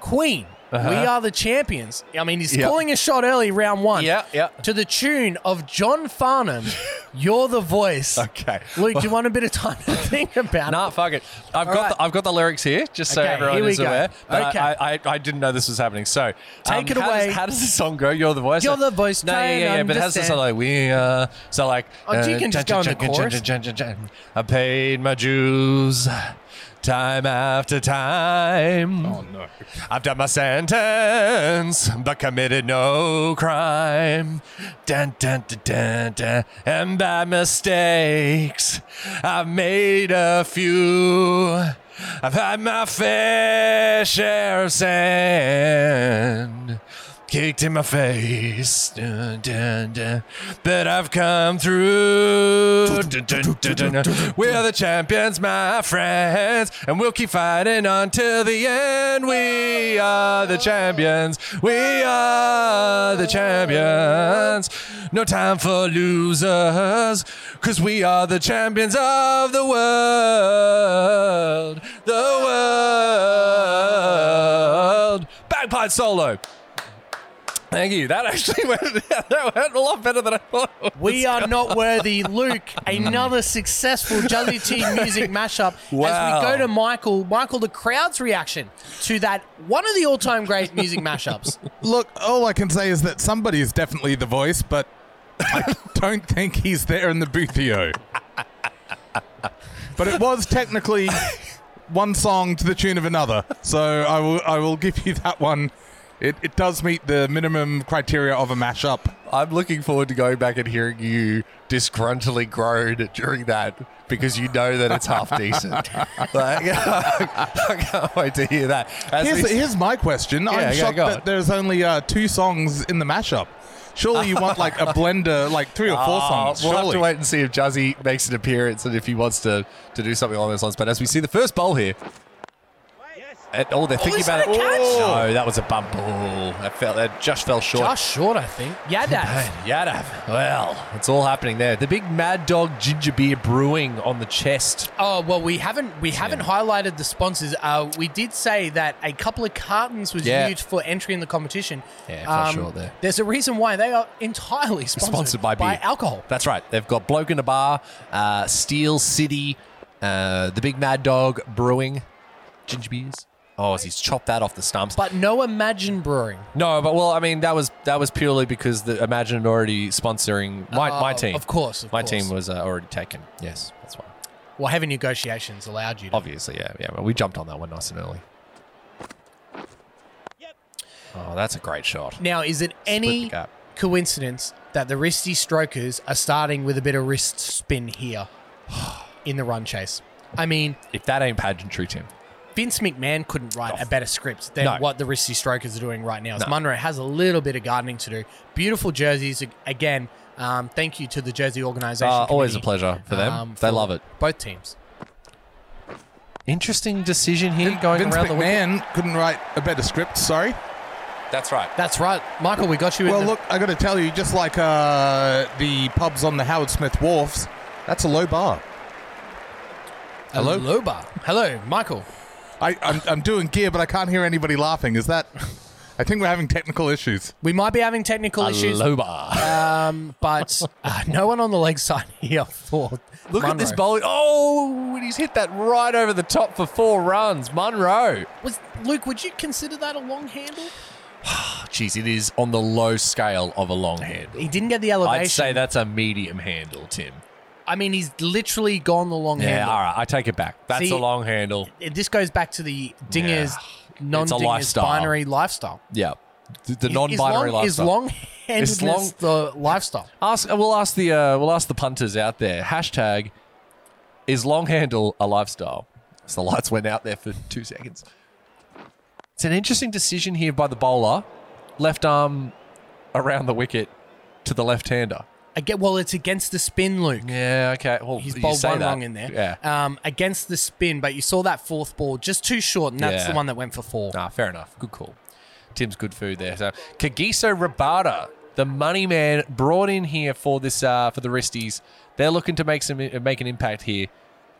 Speaker 5: Queen, we are the champions. I mean, he's
Speaker 1: Uh-huh. Yep.
Speaker 5: calling a shot early, round one.
Speaker 1: Yeah, yeah.
Speaker 5: To the tune of John Farnham, You're the Voice.
Speaker 1: Okay.
Speaker 5: Luke, do you want a bit of time to think about
Speaker 1: Nah,
Speaker 5: it?
Speaker 1: fuck it. I've got
Speaker 5: right.
Speaker 1: the, I've got the lyrics here, just so
Speaker 5: Okay,
Speaker 1: everyone
Speaker 5: here we
Speaker 1: is
Speaker 5: go.
Speaker 1: aware. But
Speaker 5: Okay.
Speaker 1: I, I, I didn't know this was happening. So um,
Speaker 5: Take it
Speaker 1: how does-
Speaker 5: away.
Speaker 1: how does the song go? You're the voice.
Speaker 5: You're the voice,
Speaker 1: No,
Speaker 5: try
Speaker 1: yeah,
Speaker 5: and
Speaker 1: yeah, yeah. But it has this
Speaker 5: understand.
Speaker 1: like we uh, so like. uh,
Speaker 5: Oh, you can just go in the chorus.
Speaker 1: I paid my dues, time after time. Oh no. I've done my sentence, but committed no crime. Dun, dun, dun, dun, dun. And by mistakes, I've made a few. I've had my fair share of sand kicked in my face. Dun, dun, dun. But I've come through. Dun, dun, dun, dun, dun. We're the champions, my friends, and we'll keep fighting until the end. We are the champions. We are the champions. No time for losers, because we are the champions of the world. The world. Bagpipe solo. Thank you. That actually went, that went a lot better than I thought. it would.
Speaker 5: We are not worthy, Luke. Another successful Juzzy T music mashup.
Speaker 1: Wow.
Speaker 5: As we go to Michael, Michael, the crowd's reaction to that one of the all-time great music mashups.
Speaker 6: Look, all I can say is that somebody is definitely the voice, but I don't think he's there in the boothio. But it was technically one song to the tune of another, so I will I will give you that one. It, it does meet the minimum criteria of a mashup.
Speaker 1: I'm looking forward to going back and hearing you disgruntledly groan during that because you know that it's half decent. like, I can't wait to hear that. As
Speaker 6: Here's,
Speaker 1: this-
Speaker 6: here's my question.
Speaker 1: Yeah, yeah,
Speaker 6: I'm shocked
Speaker 1: go on.
Speaker 6: that there's only uh, two songs in the mashup. Surely you want like a blender, like three or four
Speaker 1: Oh,
Speaker 6: songs.
Speaker 1: we'll have
Speaker 6: surely.
Speaker 1: to wait and see if Juzzy makes an appearance and if he wants to, to do something along those lines. But as we see the first bowl here, and, oh, they're thinking
Speaker 5: is
Speaker 1: about
Speaker 5: that
Speaker 1: it.
Speaker 5: a catch?
Speaker 1: Oh, no, that was a bump. Oh, that fell. That just fell short.
Speaker 5: Just short, I think. Yeah, Dad.
Speaker 1: Yadav. Well, it's all happening there. The big Mad Dog ginger beer brewing on the chest.
Speaker 5: Oh well, we haven't we haven't highlighted the sponsors. Uh, we did say that a couple of cartons was
Speaker 1: Yeah.
Speaker 5: used for entry in the competition. Um,
Speaker 1: Yeah, for sure there.
Speaker 5: There's a reason why they are entirely sponsored,
Speaker 1: Sponsored by beer.
Speaker 5: alcohol.
Speaker 1: Oh, That's right. They've got Bloke in a Bar, uh, Steel City, uh, the big Mad Dog brewing ginger beers. Oh, as he's chopped that off the stumps.
Speaker 5: But no Imagine Brewing.
Speaker 1: no, but well, I mean that was that was purely because the Imagine had already sponsoring my, my
Speaker 5: Oh,
Speaker 1: team.
Speaker 5: of course, of
Speaker 1: my
Speaker 5: course.
Speaker 1: team was uh, already taken. Yes, that's why.
Speaker 5: Well, heavy negotiations allowed you. To.
Speaker 1: Obviously, yeah, yeah. But we jumped on that one nice and early. Oh, that's a great shot.
Speaker 5: Now, is it
Speaker 1: the
Speaker 5: any
Speaker 1: gap.
Speaker 5: coincidence that the wristy strokers are starting with a bit of wrist spin here in the run chase? I mean,
Speaker 1: If that ain't pageantry, Tim.
Speaker 5: Vince McMahon couldn't write a better script than
Speaker 1: Oh. No.
Speaker 5: what the wristy strokers are doing right now. As
Speaker 1: No.
Speaker 5: Munro has a little bit of gardening to do. Beautiful jerseys ag- again. Um, thank you to the jersey organization.
Speaker 1: Uh, always a
Speaker 5: committee,
Speaker 1: pleasure for them.
Speaker 5: um,
Speaker 1: They
Speaker 5: for
Speaker 1: love it.
Speaker 5: Both teams.
Speaker 1: Interesting decision here going
Speaker 6: Vince
Speaker 1: around
Speaker 6: McMahon couldn't write a better script. Sorry.
Speaker 1: the wicket. That's right.
Speaker 5: That's right, Michael. We got you. in
Speaker 6: Well,
Speaker 5: the-
Speaker 6: look, I got to tell you, just like uh, the pubs on the Howard Smith wharfs, that's a low bar.
Speaker 5: hello, Loba. Hello, Michael.
Speaker 6: I, I'm, I'm doing gear, but I can't hear anybody laughing. Is that? I think we're having technical issues.
Speaker 5: We might be having technical issues.
Speaker 1: Aloba.
Speaker 5: Um, but uh, no one on the leg side here for
Speaker 1: Look at this
Speaker 5: Munro.
Speaker 1: bowling. Oh, and he's hit that right over the top for four runs. Munro.
Speaker 5: Was Luke? Would you consider that a long handle?
Speaker 1: Oh, inches, it is on the low scale of a long handle.
Speaker 5: He didn't get the elevation.
Speaker 1: I'd say that's a medium handle, Tim.
Speaker 5: I mean, he's literally gone the long
Speaker 1: Yeah,
Speaker 5: handle.
Speaker 1: all right. I take it back. That's
Speaker 5: See-
Speaker 1: a long handle.
Speaker 5: This goes back to the dingers, non dingers
Speaker 1: lifestyle.
Speaker 5: binary lifestyle.
Speaker 1: Yeah. The, the
Speaker 5: Is-
Speaker 1: non-binary
Speaker 5: is long,
Speaker 1: lifestyle.
Speaker 5: Is long handedness
Speaker 1: long-
Speaker 5: the lifestyle?
Speaker 1: Ask. We'll ask the. Uh, we'll ask the punters out there. Hashtag. Is long handle a lifestyle? So the lights went out there for two seconds. It's an interesting decision here by the bowler. Left arm around the wicket to the left-hander.
Speaker 5: Again, well, it's against the spin, Luke.
Speaker 1: Yeah. Okay. Well,
Speaker 5: He's
Speaker 1: you
Speaker 5: bowled
Speaker 1: say
Speaker 5: one
Speaker 1: that.
Speaker 5: wrong in there.
Speaker 1: Yeah.
Speaker 5: Um, against the spin, but you saw that fourth ball just too short, and that's
Speaker 1: Yeah.
Speaker 5: the one that went for four.
Speaker 1: Ah, fair enough. Good call. Tim's good food there. So Kagiso Rabada, the money man brought in here for this uh, for the Risties. They're looking to make some uh, make an impact here.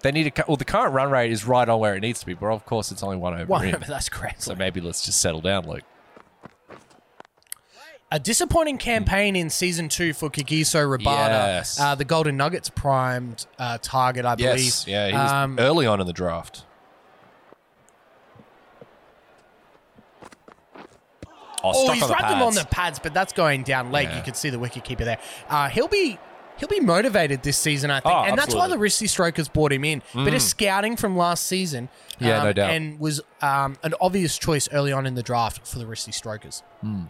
Speaker 1: They need a cu- well. The current run rate is right on where it needs to be, but of course it's only one over
Speaker 5: One
Speaker 1: in.
Speaker 5: over, that's correct.
Speaker 1: So maybe let's just settle down, Luke.
Speaker 5: A disappointing campaign in season two for Kagiso Rabada,
Speaker 1: Yes.
Speaker 5: uh, the Golden Nuggets primed uh, target, I believe.
Speaker 1: yeah. He was
Speaker 5: Um,
Speaker 1: early on in the draft. Oh,
Speaker 5: oh,
Speaker 1: stuck
Speaker 5: he's
Speaker 1: on the
Speaker 5: rubbed him on
Speaker 1: pads.
Speaker 5: the pads, but that's going down leg.
Speaker 1: Yeah.
Speaker 5: You could see the wicket keeper there. Uh, he'll be he'll be motivated this season, I think,
Speaker 1: Oh, Mm.
Speaker 5: and that's why the Risty Strokers brought him in. Bit of scouting from last season,
Speaker 1: Yeah, no doubt.
Speaker 5: and was um, an obvious choice early on in the draft for the Risty Strokers.
Speaker 1: Hmm.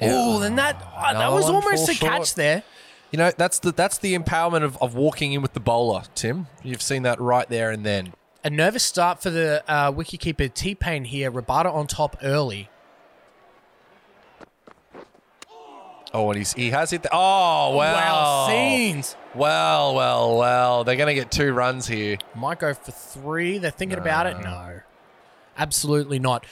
Speaker 5: Oh, then that uh, that
Speaker 1: another
Speaker 5: was
Speaker 1: one
Speaker 5: almost a
Speaker 1: falls short.
Speaker 5: catch there.
Speaker 1: You know, that's the that's the empowerment of, of walking in with the bowler, Tim. You've seen that right there and then.
Speaker 5: A nervous start for the uh, wicketkeeper T Pain here. Rabada on top early.
Speaker 1: Oh, and he's he has hit. The, oh, wow.
Speaker 5: Wow, scenes.
Speaker 1: Well, well, well. They're going to get two runs here.
Speaker 5: Might go for three. They're thinking about it. No, absolutely not.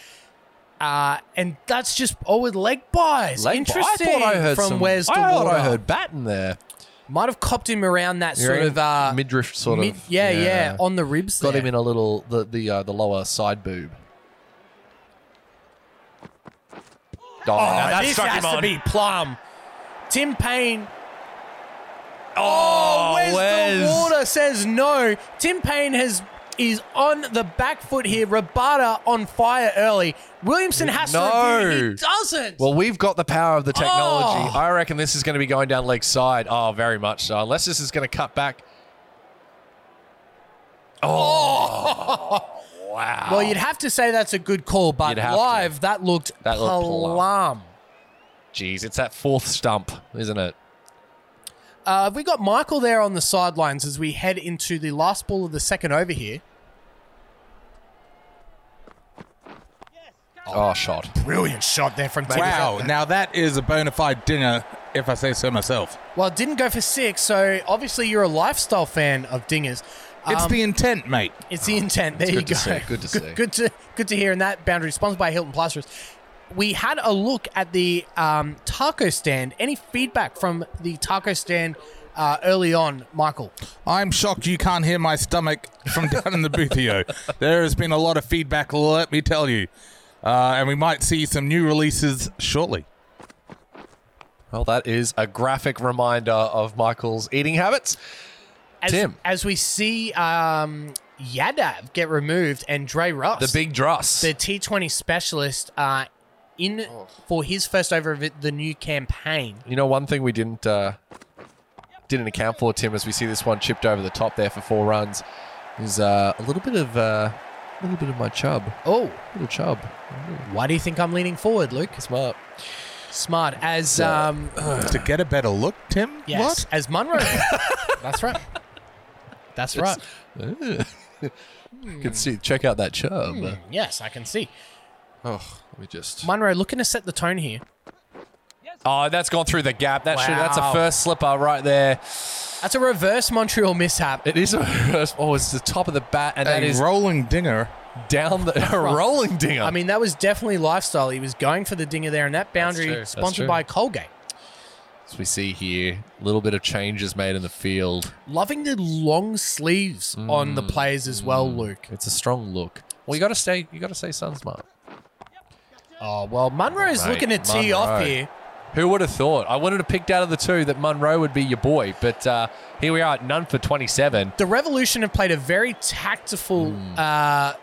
Speaker 5: Uh, and that's just oh with leg buys.
Speaker 1: Leg-
Speaker 5: Interesting.
Speaker 1: I thought I heard
Speaker 5: from
Speaker 1: some,
Speaker 5: Wes
Speaker 1: I thought
Speaker 5: DeWater.
Speaker 1: I heard batting there.
Speaker 5: Might have copped him around that
Speaker 1: You
Speaker 5: sort
Speaker 1: reckon?
Speaker 5: of uh,
Speaker 1: midriff sort
Speaker 5: mid-
Speaker 1: of.
Speaker 5: Yeah, yeah, on the ribs.
Speaker 1: Got
Speaker 5: there.
Speaker 1: him in a little the the uh, the lower side boob. Oh,
Speaker 5: Oh,
Speaker 1: now that
Speaker 5: this
Speaker 1: struck
Speaker 5: has
Speaker 1: him
Speaker 5: to
Speaker 1: on.
Speaker 5: be plum. Tim Payne.
Speaker 1: Oh,
Speaker 5: Wes
Speaker 1: Wes.
Speaker 5: DeWater says no. Tim Payne has is on the back foot here. Rabada on fire early. Williamson has
Speaker 1: No.
Speaker 5: to review. He doesn't.
Speaker 1: Well, we've got the power of the technology.
Speaker 5: Oh.
Speaker 1: I reckon this is going to be going down leg side. Oh, very much so. Unless this is going to cut back. Oh, wow.
Speaker 5: Well, you'd have to say that's a good call, but
Speaker 1: You'd have
Speaker 5: live that looked
Speaker 1: That looked plum.
Speaker 5: plum.
Speaker 1: Jeez, it's that fourth stump, isn't it?
Speaker 5: Uh, have we got Michael there on the sidelines as we head into the last ball of the second over here?
Speaker 1: Oh, shot.
Speaker 5: Brilliant shot there from Tim.
Speaker 6: Wow, now that is a bona fide dinger, if I say so myself.
Speaker 5: Well, it didn't go for six, so obviously you're a lifestyle fan of dingers.
Speaker 6: It's
Speaker 5: Um,
Speaker 6: the intent, mate.
Speaker 5: It's the intent. There
Speaker 1: good to
Speaker 5: you go.
Speaker 1: see. Good to see.
Speaker 5: Good, to good to hear. And that boundary sponsored by Hilton Plasters. We had a look at the um, taco stand. Any feedback from the taco stand uh, early on, Michael?
Speaker 6: I'm shocked you can't hear my stomach from down in the boothio. There has been a lot of feedback, let me tell you. Uh, and we might see some new releases shortly.
Speaker 1: Well, that is a graphic reminder of Michael's eating habits.
Speaker 5: As,
Speaker 1: Tim.
Speaker 5: As we see um, Yadav get removed and Dre Russ,
Speaker 1: The big dross.
Speaker 5: the T20 specialist, uh, in
Speaker 1: Oh.
Speaker 5: for his first over of it- the new campaign.
Speaker 1: You know, one thing we didn't uh, didn't account for, Tim, as we see this one chipped over the top there for four runs, is uh, a little bit of uh, a little bit of my chub,
Speaker 5: Oh,
Speaker 1: little chub.
Speaker 5: why do you think I'm leaning forward, Luke?
Speaker 1: Smart.
Speaker 5: Smart as um,
Speaker 6: to get a better look, Tim? What?
Speaker 5: Yes, as Munro. That's right. That's right.
Speaker 1: You can see. Check out that chub.
Speaker 5: Yes, I can see.
Speaker 1: Oh, let me just.
Speaker 5: Munro looking to set the tone here.
Speaker 1: Oh, that's gone through the gap. That should, that's a
Speaker 5: Wow.
Speaker 1: first slipper right there.
Speaker 5: That's a reverse Montreal mishap.
Speaker 1: It is a first. Oh, it's the top of the bat, and that
Speaker 6: A
Speaker 1: is
Speaker 6: rolling dinger.
Speaker 1: down the a rolling dinger.
Speaker 5: I mean, that was definitely lifestyle. He was going for the dinger there, and that boundary
Speaker 1: true, that's
Speaker 5: sponsored
Speaker 1: true.
Speaker 5: by Colgate.
Speaker 1: as we see here, a little bit of changes made in the field.
Speaker 5: Loving the long sleeves on the
Speaker 1: Mm,
Speaker 5: players as well, Luke.
Speaker 1: It's a strong look. Well, you got to stay. You got to stay sun smart.
Speaker 5: Oh well, Munro's
Speaker 1: Mate,
Speaker 5: looking to tee
Speaker 1: Munro.
Speaker 5: off here.
Speaker 1: Who would have thought? I wanted to pick out of the two that Munro would be your boy, but uh, here we are at none for 27. Mm.
Speaker 5: The Revolution have played a very tactful uh,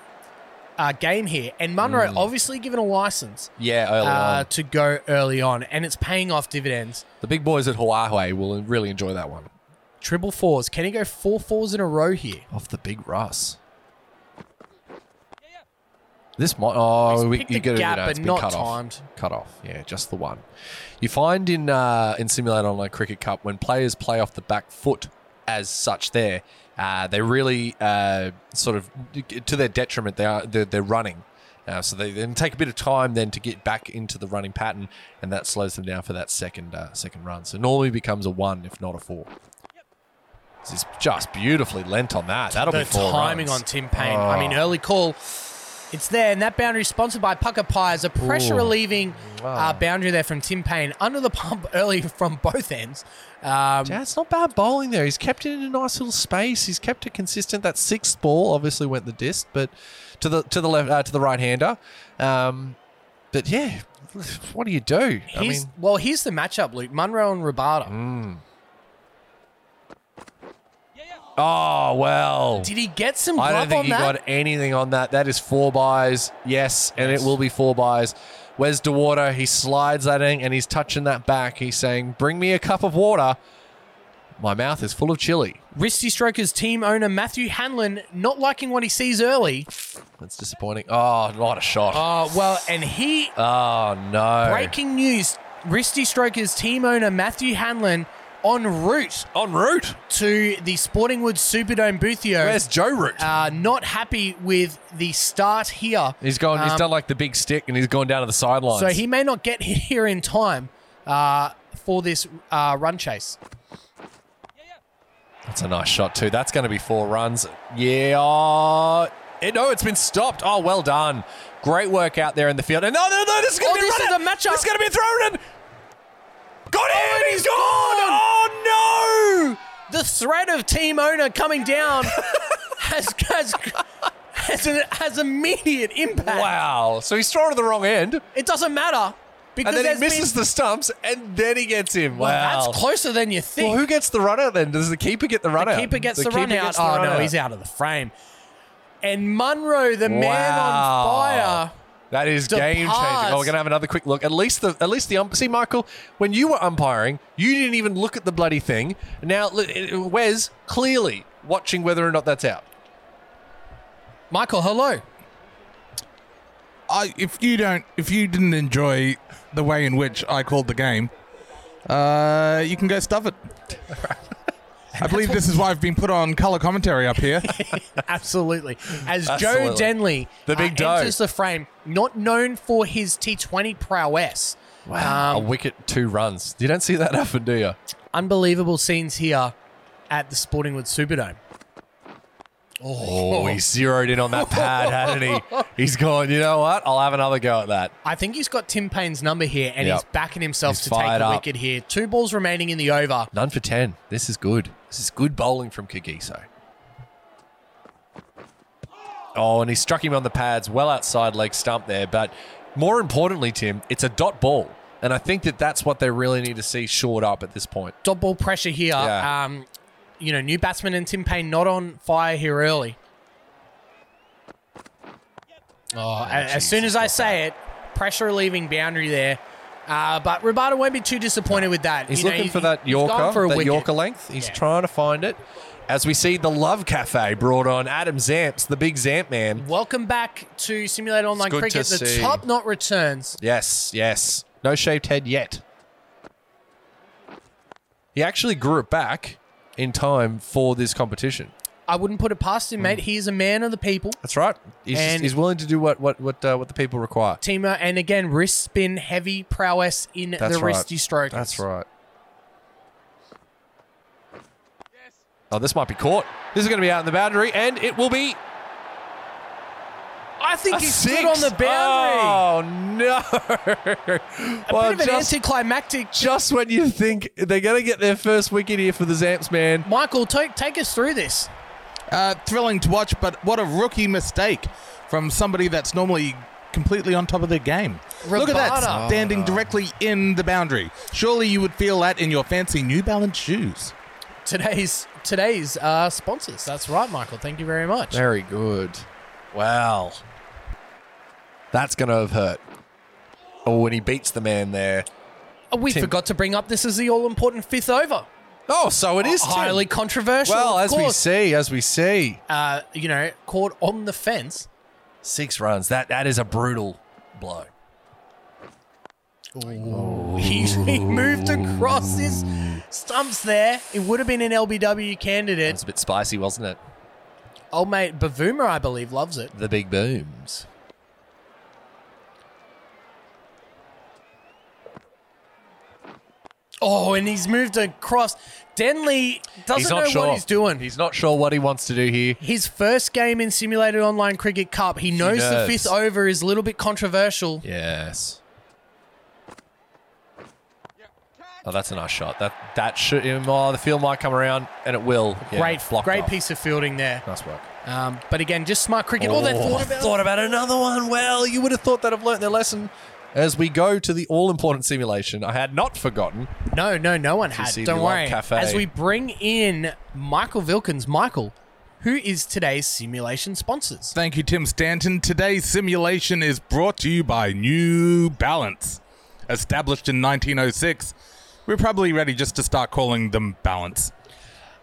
Speaker 5: uh, game here. And Munro obviously given a license
Speaker 1: Yeah, early
Speaker 5: uh,
Speaker 1: Mm. on.
Speaker 5: to go early on, and it's paying off dividends.
Speaker 1: The big boys at Hawaii will really enjoy that one.
Speaker 5: Triple fours. Can he go four fours in a row here?
Speaker 1: Off the big Russ. This might. Oh,
Speaker 5: He's
Speaker 1: we,
Speaker 5: picked
Speaker 1: you
Speaker 5: a
Speaker 1: get
Speaker 5: gap,
Speaker 1: it.
Speaker 5: but
Speaker 1: It's been
Speaker 5: not
Speaker 1: cut
Speaker 5: timed.
Speaker 1: off. Cut off. Yeah, just the one. You find in uh, in Simulator Online Cricket Cup when players play off the back foot as such. There, uh, they really uh, sort of to their detriment. They are they're, they're running. Uh, so they then take a bit of time then to get back into the running pattern, and that slows them down for that second uh, second run. So normally becomes a one, if not a four. This is just beautifully lent on that. That'll
Speaker 5: The
Speaker 1: be four
Speaker 5: timing
Speaker 1: runs. Oh.
Speaker 5: on Tim Payne. I mean, early call. It's there, and that boundary is sponsored by Pucker Pies. A pressure relieving uh, boundary there from Tim Payne under the pump early from both ends. Um,
Speaker 1: Yeah, it's not bad bowling there. He's kept it in a nice little space. He's kept it consistent. That sixth ball obviously went the disc, but to the to the left uh, to the right hander. Um, but yeah, what do you do? I
Speaker 5: here's-
Speaker 1: mean, Mm.
Speaker 5: well, here's the matchup, Luke Munro and Rabada.
Speaker 1: oh well.
Speaker 5: Did he get some
Speaker 1: I don't
Speaker 5: glove
Speaker 1: think
Speaker 5: on
Speaker 1: he
Speaker 5: that?
Speaker 1: got anything on that. That is four buys, yes, and it will be four buys. Where's DeWater? He slides that in and he's touching that back. He's saying, "Bring me a cup of water. My mouth is full of chili."
Speaker 5: Wristy Strokers team owner Matthew Hanlon not liking what he sees early.
Speaker 1: That's disappointing. Oh, not a shot.
Speaker 5: Uh, well, and he
Speaker 1: Oh no.
Speaker 5: breaking news: Wristy Strokers team owner Matthew Hanlon en route
Speaker 1: En route.
Speaker 5: to the Sporting Woods Superdome Boothio.
Speaker 1: Where's Joe Root?
Speaker 5: uh, not happy with the start here.
Speaker 1: he's gone. he's
Speaker 5: um,
Speaker 1: done like the big stick, and he's gone down to the sidelines.
Speaker 5: So he may not get here in time uh, for this uh, run chase.
Speaker 1: That's a nice shot too. That's going to be four runs. Yeah. Oh, eh, no, it's been stopped. Oh, well done. Great work out there in the field. And no, no, no, this is going
Speaker 5: Oh,
Speaker 1: to be
Speaker 5: this
Speaker 1: run
Speaker 5: is
Speaker 1: in.
Speaker 5: a matchup.
Speaker 1: This is going to be thrown in. Got him. he's gone. Oh
Speaker 5: The threat of team owner coming down has has has, an, has immediate
Speaker 1: no!
Speaker 5: impact.
Speaker 1: Wow. So he's thrown to the wrong end,
Speaker 5: It doesn't matter because
Speaker 1: and then
Speaker 5: there's
Speaker 1: he misses
Speaker 5: been,
Speaker 1: the stumps, and then he gets him. Wow.
Speaker 5: well, that's closer than you think.
Speaker 1: well, who gets the run out then? Does the keeper get the run out?
Speaker 5: keeper gets the, run out.
Speaker 1: gets the
Speaker 5: oh
Speaker 1: run
Speaker 5: no, he's out of the frame. And Munro, the man
Speaker 1: Wow.
Speaker 5: on fire.
Speaker 1: That is
Speaker 5: to
Speaker 1: game changing.
Speaker 5: pass.
Speaker 1: Oh, we're gonna have another quick look. At least the at least the ump. See, Michael, when you were umpiring, you didn't even look at the bloody thing. Now, li- Wes clearly watching whether or not that's out.
Speaker 5: Michael, hello.
Speaker 6: I, if you don't, if you didn't enjoy the way in which I called the game, uh, you can go stuff it. I believe this is why I've been put on color commentary up here.
Speaker 5: Absolutely. As Joe
Speaker 1: Absolutely.
Speaker 5: Denley uh,
Speaker 1: The big doe.
Speaker 5: enters the frame, not known for his T20 prowess.
Speaker 1: Wow, a wicket, two runs. You don't see that happen, do you?
Speaker 5: Unbelievable scenes here at the Sportingwood Superdome.
Speaker 1: Oh, he zeroed in on that pad, hadn't he? He's gone. You know what? I'll have another go at that.
Speaker 5: I think he's got Tim Payne's number here and
Speaker 1: Yep.
Speaker 5: he's backing himself
Speaker 1: He's
Speaker 5: to take
Speaker 1: fired
Speaker 5: the
Speaker 1: up.
Speaker 5: wicket here. Two balls remaining in the over.
Speaker 1: None for ten. This is good. This is good bowling from Kagiso. Oh, and he struck him on the pads, well outside leg stump there. But more importantly, Tim, it's a dot ball, and I think that that's what they really need to see shored up at this point.
Speaker 5: Dot ball pressure here.
Speaker 1: Yeah.
Speaker 5: Um, you know, new batsman and Tim Payne not on fire here early. Oh, a- as soon as I say it, pressure relieving boundary there. Uh, but Rabada won't be too disappointed with that.
Speaker 1: He's
Speaker 5: You know,
Speaker 1: looking
Speaker 5: he-
Speaker 1: for that
Speaker 5: he's gone
Speaker 1: Yorker,
Speaker 5: for a
Speaker 1: that
Speaker 5: wicket.
Speaker 1: Yorker length. He's
Speaker 5: Yeah.
Speaker 1: trying to find it. As we see, the Love Cafe brought on Adam Zamps, the big Zamp man.
Speaker 5: Welcome back to Simulated Online
Speaker 1: good
Speaker 5: Cricket.
Speaker 1: to
Speaker 5: The
Speaker 1: see.
Speaker 5: top knot returns.
Speaker 1: Yes, yes. No shaved head yet. He actually grew it back in time for this competition.
Speaker 5: I wouldn't put it past him, mate.
Speaker 1: Mm.
Speaker 5: He is a man of the people.
Speaker 1: That's right. He's, just-
Speaker 5: And-
Speaker 1: he's willing to do what what what uh, what the people require.
Speaker 5: Teamer, and again, wrist spin, heavy prowess in
Speaker 1: That's
Speaker 5: the
Speaker 1: right.
Speaker 5: wristy stroke.
Speaker 1: That's right. Oh, this might be caught. This is going to be out in the boundary, and it will be
Speaker 5: I think
Speaker 1: a
Speaker 5: he
Speaker 1: six.
Speaker 5: stood on the boundary.
Speaker 1: Oh no! well,
Speaker 5: Bit of an
Speaker 1: just,
Speaker 5: anticlimactic.
Speaker 1: just when you think they're going to get their first wicket here for the Zamps, man,
Speaker 5: Michael, take, take us through this.
Speaker 6: Uh, thrilling to watch, but what a rookie mistake from somebody that's normally completely on top of their game. Look at
Speaker 5: Rabada.
Speaker 6: that, standing directly in the boundary. Surely you would feel that in your fancy New Balance shoes.
Speaker 5: Today's today's uh, sponsors. That's right, Michael. Thank you very much.
Speaker 1: Very good. Wow. That's going to have hurt. Oh, when he beats the man there.
Speaker 5: Oh, we
Speaker 1: Tim-
Speaker 5: forgot to bring up this is the all important fifth over.
Speaker 1: Oh, so it is Tim.
Speaker 5: highly controversial.
Speaker 1: Well,
Speaker 5: of
Speaker 1: as we
Speaker 5: course.
Speaker 1: see, as we see,
Speaker 5: uh, you know, caught on the fence.
Speaker 1: six runs. That that is a brutal blow.
Speaker 5: He, he moved across his stumps there. It would have been an LBW
Speaker 1: It's
Speaker 5: candidate.
Speaker 1: a bit spicy, wasn't it?
Speaker 5: Old mate Bavuma, I believe, loves it.
Speaker 1: The big booms.
Speaker 5: Oh, and he's moved across. Denley doesn't
Speaker 1: he's
Speaker 5: know
Speaker 1: not sure
Speaker 5: what he's doing.
Speaker 1: He's not sure what he wants to do here.
Speaker 5: his first game in simulated online cricket cup, he knows the
Speaker 1: nerves.
Speaker 5: fifth over is a little bit controversial.
Speaker 1: Yes. Oh, that's a nice shot. That that should. Oh, the field might come around, and it will. Yeah, Oh.
Speaker 5: great,
Speaker 1: blocked
Speaker 5: great
Speaker 1: off.
Speaker 5: piece of fielding there.
Speaker 1: Nice work.
Speaker 5: Um, but again, just smart cricket. All that thought about.
Speaker 1: Oh. another one. Well, you would have thought that I've learnt their lesson. As we go to the all important simulation, I had not forgotten.
Speaker 5: No, no, no one
Speaker 1: you
Speaker 5: had.
Speaker 1: see the
Speaker 5: Don't
Speaker 1: Love
Speaker 5: worry.
Speaker 1: Cafe.
Speaker 5: As we bring in Michael Vilkins, Michael, who is today's simulation sponsors?
Speaker 6: Thank you, Tim Stanton. Today's simulation is brought to you by New Balance. Established in 1906, we're probably ready just to start calling them Balance.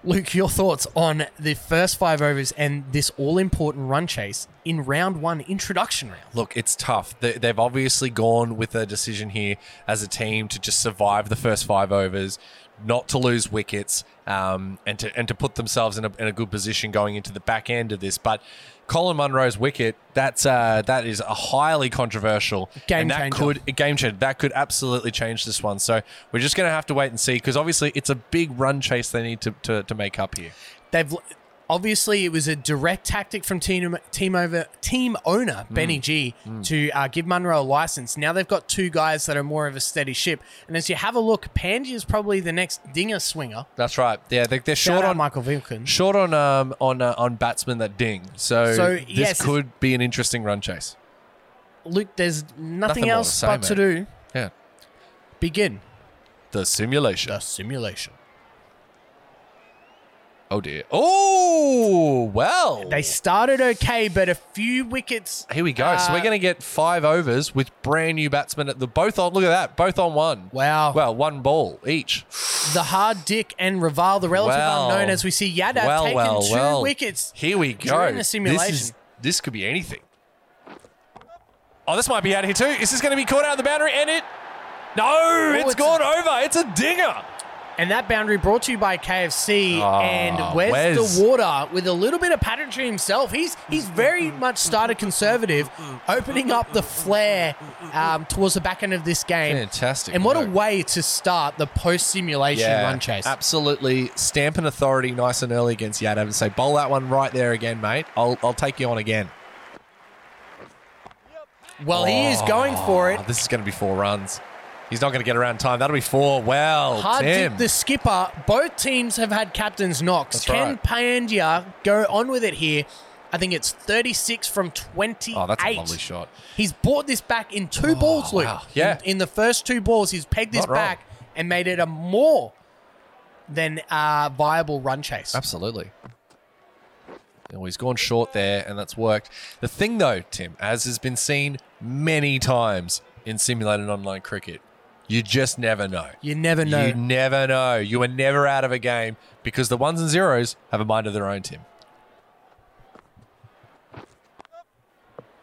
Speaker 5: Luke, your thoughts on the first five overs and this all-important run chase in round one introduction round?
Speaker 1: Look, it's tough. They, they've obviously gone with a decision here as a team to just survive the first five overs, not to lose wickets, um, and to and to put themselves in a, in a good position going into the back end of this. But Colin Munro's wicket that's uh, that is a highly controversial
Speaker 5: Game
Speaker 1: and that
Speaker 5: changer.
Speaker 1: could a game changer. That could absolutely change this one. So we're just going to have to wait and see because obviously it's a big run chase they need to, to, to make up here.
Speaker 5: They've obviously it was a direct tactic from team team over team owner
Speaker 1: Mm.
Speaker 5: Benny G to uh, give Munro a license. Now they've got two guys that are more of a steady ship, and as you have a look, Pandya is probably the next dinger swinger.
Speaker 1: That's right. Yeah, they, they're
Speaker 5: Shout
Speaker 1: short
Speaker 5: out
Speaker 1: on
Speaker 5: Michael Vilkins.
Speaker 1: Short on um, on uh, on batsmen that ding, so,
Speaker 5: So,
Speaker 1: this
Speaker 5: yes.
Speaker 1: could be an interesting run chase.
Speaker 5: Luke, there's nothing,
Speaker 1: Nothing more eh? to
Speaker 5: else
Speaker 1: say,
Speaker 5: but to
Speaker 1: mate.
Speaker 5: do.
Speaker 1: Yeah,
Speaker 5: Begin
Speaker 1: the simulation.
Speaker 5: the simulation.
Speaker 1: Oh dear. Oh well.
Speaker 5: They started okay, but a few wickets.
Speaker 1: Here we go.
Speaker 5: uh,
Speaker 1: so we're going to get five overs with brand new batsmen at the both on. Look at that, both on one.
Speaker 5: Wow.
Speaker 1: Well, one ball each.
Speaker 5: The hard dick and Raval, the relative
Speaker 1: Well.
Speaker 5: unknown, as we see Yadav
Speaker 1: well,
Speaker 5: taking
Speaker 1: well,
Speaker 5: two
Speaker 1: well.
Speaker 5: wickets.
Speaker 1: Here we go.
Speaker 5: during the simulation.
Speaker 1: This, is, this could be anything. Oh, this might be out of here too. Is this going to be caught out of the boundary? And it. No, it's,
Speaker 5: Oh, it's a-
Speaker 1: gone over. It's a dinger.
Speaker 5: And that boundary brought to you by KFC
Speaker 1: Ah,
Speaker 5: and Wes,
Speaker 1: Wes.
Speaker 5: the Water with a little bit of pageantry himself. He's he's very much started conservative, opening up the flair um, towards the back end of this game.
Speaker 1: Fantastic
Speaker 5: And what a
Speaker 1: work.
Speaker 5: way to start the post simulation run chase.
Speaker 1: Absolutely. Stamp an authority nice and early against Yadav and say, bowl that one right there again, mate. I'll, I'll take you on again.
Speaker 5: Well, he is going for it.
Speaker 1: Oh, this is going to be four runs. He's not going to get around time. That'll be four. Well,
Speaker 5: Hard
Speaker 1: Tim.
Speaker 5: dip the skipper. Both teams have had captain's
Speaker 1: That's
Speaker 5: knocks. Can
Speaker 1: right.
Speaker 5: Pandya go on with it here? I think it's 36 from 28.
Speaker 1: Oh, that's a lovely shot. Oh,
Speaker 5: He's brought this back in two balls, Luke.
Speaker 1: wow. Yeah.
Speaker 5: In, in the first two balls, he's pegged this
Speaker 1: Not wrong.
Speaker 5: back and made it a more than uh, viable run chase.
Speaker 1: Absolutely. Oh, he's gone short there, and that's worked. The thing, though, Tim, as has been seen many times in simulated online cricket, you just never know.
Speaker 5: You never know.
Speaker 1: You never know. You are never out of a game because the ones and zeros have a mind of their own, Tim.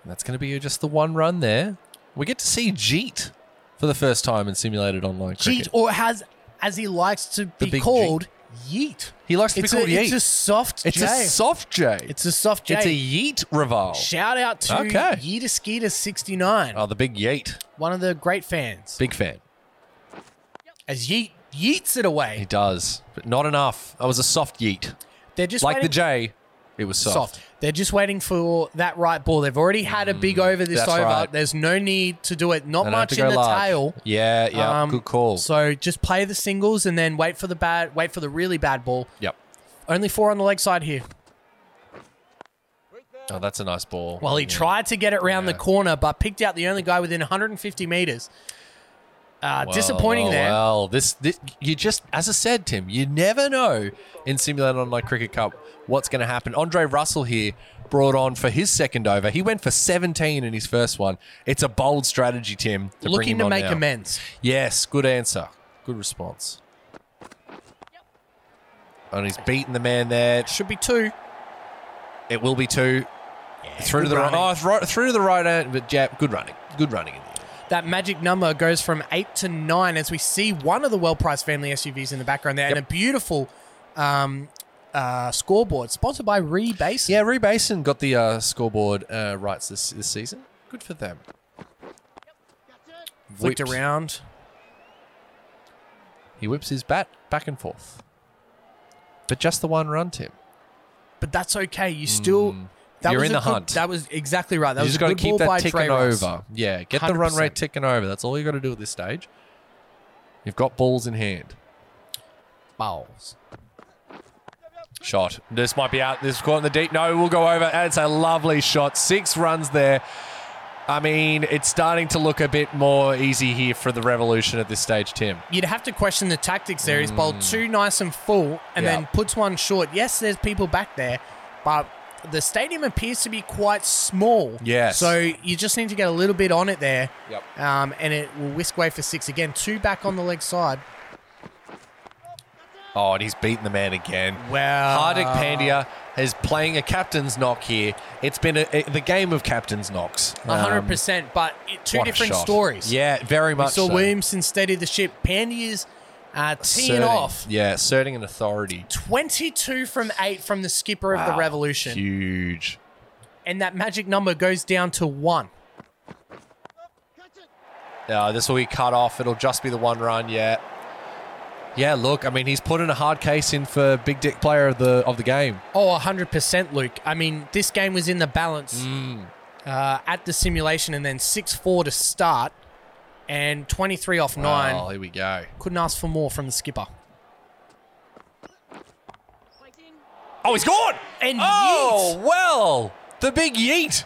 Speaker 1: And that's going to be just the one run there. We get to see Jeet for the first time in simulated online cricket.
Speaker 5: Jeet, or has, as he likes to
Speaker 1: The
Speaker 5: be
Speaker 1: big
Speaker 5: called, Yeet.
Speaker 1: He likes to be
Speaker 5: It's
Speaker 1: called
Speaker 5: a,
Speaker 1: Yeet.
Speaker 5: It's a soft
Speaker 1: It's
Speaker 5: J.
Speaker 1: a soft J.
Speaker 5: it's a soft J.
Speaker 1: It's a Yeet revolve.
Speaker 5: Shout out to
Speaker 1: Okay.
Speaker 5: Yeeta Skeeter 69,
Speaker 1: Oh, the big Yeet.
Speaker 5: one of the great fans.
Speaker 1: Big fan.
Speaker 5: As Yeet yeets
Speaker 1: He
Speaker 5: it away.
Speaker 1: does, but not enough. That was a soft Yeet.
Speaker 5: They're just
Speaker 1: Like the
Speaker 5: waiting-
Speaker 1: J, it was soft.
Speaker 5: They're just waiting for that right ball. They've already had a big over this
Speaker 1: Mm, that's
Speaker 5: over.
Speaker 1: right.
Speaker 5: There's no need to do it. Not
Speaker 1: They don't have
Speaker 5: much
Speaker 1: to
Speaker 5: in
Speaker 1: go
Speaker 5: the
Speaker 1: large.
Speaker 5: tail.
Speaker 1: Yeah, yeah.
Speaker 5: Um,
Speaker 1: good call.
Speaker 5: So just play the singles and then wait for the bad, wait for the really bad ball.
Speaker 1: yep.
Speaker 5: Only four on the leg side here.
Speaker 1: Oh, that's a nice ball.
Speaker 5: Well, he
Speaker 1: Mm. Yeah.
Speaker 5: tried to get it round
Speaker 1: Yeah.
Speaker 5: the corner, but picked out the only guy within 150 meters. Uh, disappointing
Speaker 1: well,
Speaker 5: there.
Speaker 1: Well, this, this you just as I said, Tim, you never know in Simulated Online Cricket Cup what's going to happen. Andre Russell here brought on for his second over. He went for 17 in his first one. It's a bold strategy, Tim. To bring
Speaker 5: Looking
Speaker 1: him
Speaker 5: to
Speaker 1: on
Speaker 5: make
Speaker 1: now.
Speaker 5: amends.
Speaker 1: Yes, good answer. Good response. And he's beaten the man there.
Speaker 5: Should be two.
Speaker 1: It will be two. through to
Speaker 5: good
Speaker 1: the
Speaker 5: running.
Speaker 1: right. Oh, thro- through to the right hand, but jab. Good running. Good running. in the end.
Speaker 5: That magic number goes from eight to nine as we see one of the well-priced family SUVs in the background there, and a beautiful um, uh, scoreboard spotted by Ree Basin.
Speaker 1: Yeah, Ree Basin got the uh, scoreboard uh, rights this, this season. Good for them.
Speaker 5: flicked
Speaker 1: Whips-
Speaker 5: around.
Speaker 1: He whips his bat back and forth. But just the one run, Tim.
Speaker 5: but that's okay. You still that
Speaker 1: Mm. You're
Speaker 5: was
Speaker 1: in
Speaker 5: a
Speaker 1: the
Speaker 5: good-
Speaker 1: hunt.
Speaker 5: That was exactly right. That
Speaker 1: you
Speaker 5: was
Speaker 1: just
Speaker 5: a
Speaker 1: got to
Speaker 5: good
Speaker 1: keep
Speaker 5: ball by
Speaker 1: that ticking
Speaker 5: Trey Rice.
Speaker 1: over. Yeah, get the run
Speaker 5: 100%.
Speaker 1: rate ticking over. That's all you got to do with this stage. You've got balls in hand.
Speaker 5: Bowls.
Speaker 1: Shot. This might be out. This is caught in the deep. No, we'll go over. It's a lovely shot. Six runs there. I mean, it's starting to look a bit more easy here for the Revolution at this stage, Tim.
Speaker 5: You'd have to question the tactics there. He's bowled two nice and full, and
Speaker 1: Mm. Yeah.
Speaker 5: then puts one short. Yes, there's people back there, but the stadium appears to be quite small.
Speaker 1: Yes.
Speaker 5: So you just need to get a little bit on it there.
Speaker 1: Yep.
Speaker 5: Um, and it will whisk away for six again. Two back on the leg side.
Speaker 1: Oh, and he's beaten the man again.
Speaker 5: Wow.
Speaker 1: Hardik Pandya is playing a captain's knock here. It's been a, a- the game of captain's knocks.
Speaker 5: A hundred
Speaker 1: Um,
Speaker 5: percent. But it, two
Speaker 1: what a
Speaker 5: different
Speaker 1: shot.
Speaker 5: stories.
Speaker 1: Yeah, very
Speaker 5: We
Speaker 1: much.
Speaker 5: saw
Speaker 1: so.
Speaker 5: Williamson steady the ship. Pandy is uh, teeing
Speaker 1: Asserting-
Speaker 5: off.
Speaker 1: Yeah, asserting an authority.
Speaker 5: 22 from 8 from the skipper of the
Speaker 1: Wow,
Speaker 5: revolution
Speaker 1: Huge.
Speaker 5: and that magic number goes down to 1
Speaker 1: Uh, this will be cut off. It'll just be the one run. Yeah. Yeah, look, I mean, he's put in a hard case in for big dick player of the of the game.
Speaker 5: oh 100% luke i mean this game was in the balance
Speaker 1: Mm.
Speaker 5: uh, at the simulation and then 6-4 to start and 23 off 9
Speaker 1: Oh, here we go.
Speaker 5: couldn't ask for more from the skipper
Speaker 1: Oh, he's gone.
Speaker 5: And
Speaker 1: oh, well, the big yeet.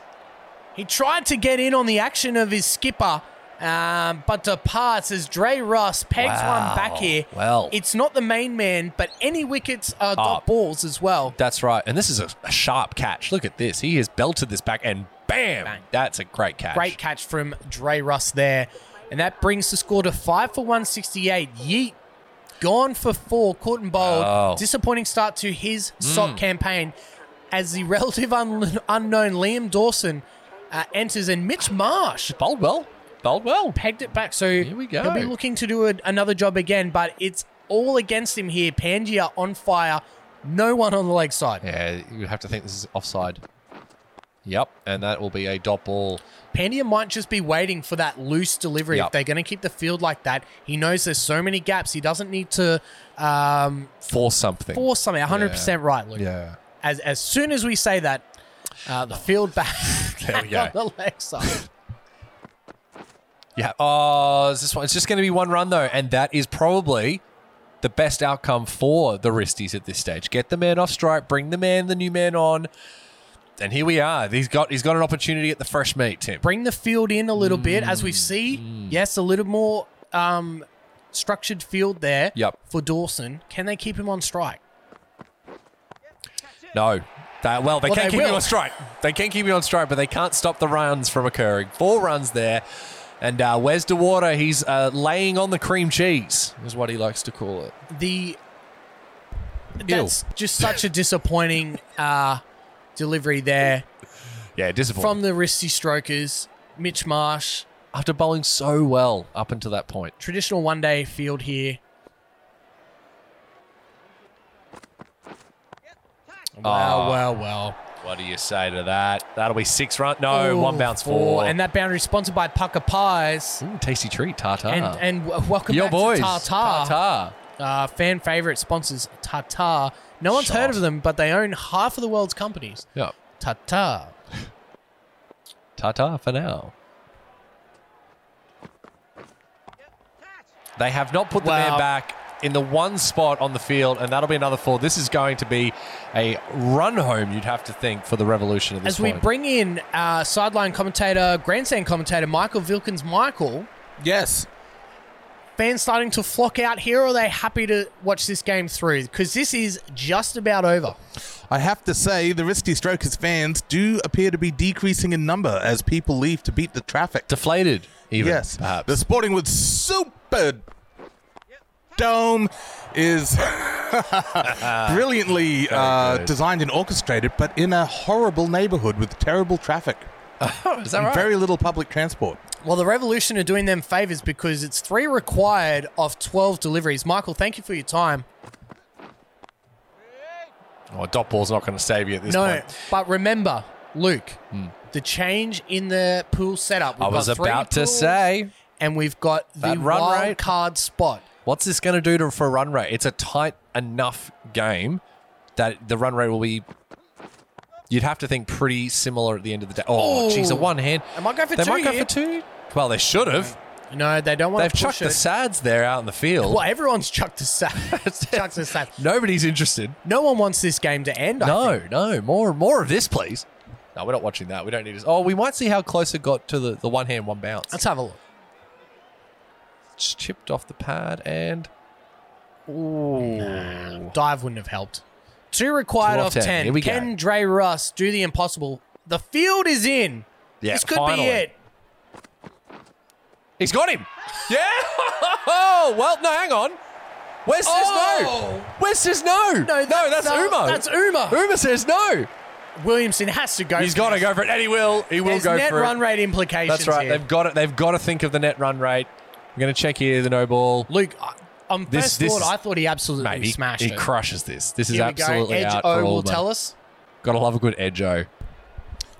Speaker 5: he tried to get in on the action of his skipper um, but departs as Dre Russ pegs
Speaker 1: Wow.
Speaker 5: one back here.
Speaker 1: Well.
Speaker 5: it's not the main man, but any wickets are dot
Speaker 1: Up.
Speaker 5: balls as well.
Speaker 1: That's right. And this is a, a sharp catch. Look at this. He has belted this back and bam.
Speaker 5: Bang.
Speaker 1: That's a great catch.
Speaker 5: Great catch from Dre Russ there. And that brings the score to five for 168. Yeet gone for four, caught and bowled.
Speaker 1: Wow.
Speaker 5: Disappointing start to his
Speaker 1: Mm.
Speaker 5: sock campaign as the relative un- unknown Liam Dawson uh, enters and Mitch Marsh
Speaker 1: Bowled well. Bowled well.
Speaker 5: pegged it back. So
Speaker 1: we go.
Speaker 5: he'll be looking to do a- another job again, but it's all against him here. Pangia on fire, no one on the leg side.
Speaker 1: Yeah, you have to think this is offside. Yep, and that will be a dot ball.
Speaker 5: Pandia might just be waiting for that loose delivery.
Speaker 1: Yep.
Speaker 5: If they're going to keep the field like that, he knows there's so many gaps. He doesn't need to um,
Speaker 1: Force something.
Speaker 5: force something. 100% right, Luke.
Speaker 1: Yeah.
Speaker 5: As, as soon as we say that, uh, the field back
Speaker 1: There we
Speaker 5: on
Speaker 1: go.
Speaker 5: the leg side.
Speaker 1: Yeah. Oh, is this one? It's just going to be one run though, and that is probably the best outcome for the wristies at this stage. Get the man off strike, bring the man, the new man on, and here we are. He's got he's got an opportunity at the fresh meat, Tim.
Speaker 5: Bring the field in a little bit, as we see.
Speaker 1: Mm.
Speaker 5: Yes, a little more um, structured field there
Speaker 1: Yep.
Speaker 5: for Dawson. Can they keep him on strike?
Speaker 1: No. That, well, they
Speaker 5: Well,
Speaker 1: can't
Speaker 5: they
Speaker 1: keep you
Speaker 5: will.
Speaker 1: on strike. They can keep you on strike, but they can't stop the runs from occurring. Four runs there. And uh, Wes DeWater, he's uh, laying on the cream cheese, is what he likes to call it.
Speaker 5: the that's just such a disappointing uh, delivery there
Speaker 1: Yeah, disappointing.
Speaker 5: from the wristy strokers. Mitch Marsh,
Speaker 1: After bowling so well up until that point.
Speaker 5: traditional one day field here. Wow,
Speaker 1: Oh.
Speaker 5: wow, wow.
Speaker 1: What do you say to that? That'll be six run. No, Oh, one bounce four.
Speaker 5: And that boundary sponsored by Pucker Pies.
Speaker 1: Ooh, tasty treat, tartar.
Speaker 5: And, and w- welcome
Speaker 1: Your
Speaker 5: back
Speaker 1: boys.
Speaker 5: to Tartar.
Speaker 1: Tartar.
Speaker 5: Uh, fan favorite sponsors, Tartar. No one's
Speaker 1: Shot.
Speaker 5: heard of them, but they own half of the world's companies.
Speaker 1: Yep.
Speaker 5: Tartar.
Speaker 1: Tartar for now. They have not put the
Speaker 5: Wow.
Speaker 1: man back in the one spot on the field, and that'll be another four. This is going to be a run home, you'd have to think, for the Revolution at this
Speaker 5: As we
Speaker 1: point.
Speaker 5: bring in uh, sideline commentator, grandstand commentator, Michael Vilkins. Michael,
Speaker 6: Yes.
Speaker 5: fans starting to flock out here, or are they happy to watch this game through? Because this is just about over.
Speaker 6: I have to say, the Risky Strokers fans do appear to be decreasing in number as people leave to beat the traffic.
Speaker 1: Deflated, even.
Speaker 6: yes,
Speaker 1: Perhaps.
Speaker 6: the Sporting Woods Super Dome is brilliantly uh,
Speaker 1: good.
Speaker 6: designed and orchestrated, but in a horrible neighborhood with terrible traffic
Speaker 1: Oh, is that
Speaker 6: and
Speaker 1: right?
Speaker 6: very little public transport.
Speaker 5: Well, the Revolution are doing them favors because it's three required of 12 deliveries. Michael, thank you for your time.
Speaker 1: oh, dot ball's not going to save you at this
Speaker 5: no,
Speaker 1: point.
Speaker 5: but remember, Luke, the change in the pool setup. We've
Speaker 1: I was
Speaker 5: got three
Speaker 1: about to
Speaker 5: pools,
Speaker 1: say,
Speaker 5: and we've got the
Speaker 1: That run
Speaker 5: wild
Speaker 1: rate.
Speaker 5: card spot.
Speaker 1: what's this going to do to for run rate? It's a tight enough game that the run rate will be. You'd have to think pretty similar at the end of the day. Oh,
Speaker 5: Ooh.
Speaker 1: jeez, a one hand.
Speaker 5: They might go for
Speaker 1: they
Speaker 5: two
Speaker 1: might go
Speaker 5: here.
Speaker 1: for two. Well, they should have.
Speaker 5: No, they don't want
Speaker 1: They've
Speaker 5: to push
Speaker 1: chucked the
Speaker 5: it.
Speaker 1: sads there out in the field.
Speaker 5: well, everyone's chucked the sack. chucked the sack.
Speaker 1: Nobody's interested.
Speaker 5: No one wants this game to end. I
Speaker 1: No,
Speaker 5: think.
Speaker 1: no, more, more of this, please. No, we're not watching that. We don't need this. Oh, we might see how close it got to the, the one hand, one bounce.
Speaker 5: Let's have a look.
Speaker 1: It's chipped off the pad and
Speaker 5: Dive wouldn't have helped. Two required
Speaker 1: Two off
Speaker 5: of 10.
Speaker 1: ten. Here we go.
Speaker 5: Can Dre Russ do the impossible? The field is in.
Speaker 1: Yeah,
Speaker 5: this could
Speaker 1: finally.
Speaker 5: be it.
Speaker 1: he's got him. Yeah. Oh, well, no, hang on. Wes says no.
Speaker 5: Oh.
Speaker 1: Wes says no.
Speaker 5: No,
Speaker 1: that's
Speaker 5: uh,
Speaker 1: Uma.
Speaker 5: That's Uma.
Speaker 1: Uma says no.
Speaker 5: Williamson has to go.
Speaker 1: He's
Speaker 5: for
Speaker 1: got to
Speaker 5: this.
Speaker 1: go for it, and he will. He will
Speaker 5: There's
Speaker 1: go
Speaker 5: net
Speaker 1: for
Speaker 5: run
Speaker 1: it.
Speaker 5: rate implications.
Speaker 1: That's right.
Speaker 5: here.
Speaker 1: They've got it. They've got to think of the net run rate. We're going to check here the no ball.
Speaker 5: Luke, I- on
Speaker 1: This-
Speaker 5: first
Speaker 1: this
Speaker 5: thought,
Speaker 1: is-
Speaker 5: I thought he absolutely
Speaker 1: Mate, he,
Speaker 5: smashed
Speaker 1: he
Speaker 5: it.
Speaker 1: crushes this. This is
Speaker 5: Here we go.
Speaker 1: absolutely
Speaker 5: Edge
Speaker 1: out
Speaker 5: O
Speaker 1: for
Speaker 5: will
Speaker 1: all.
Speaker 5: tell us.
Speaker 1: Got to love a good edge O.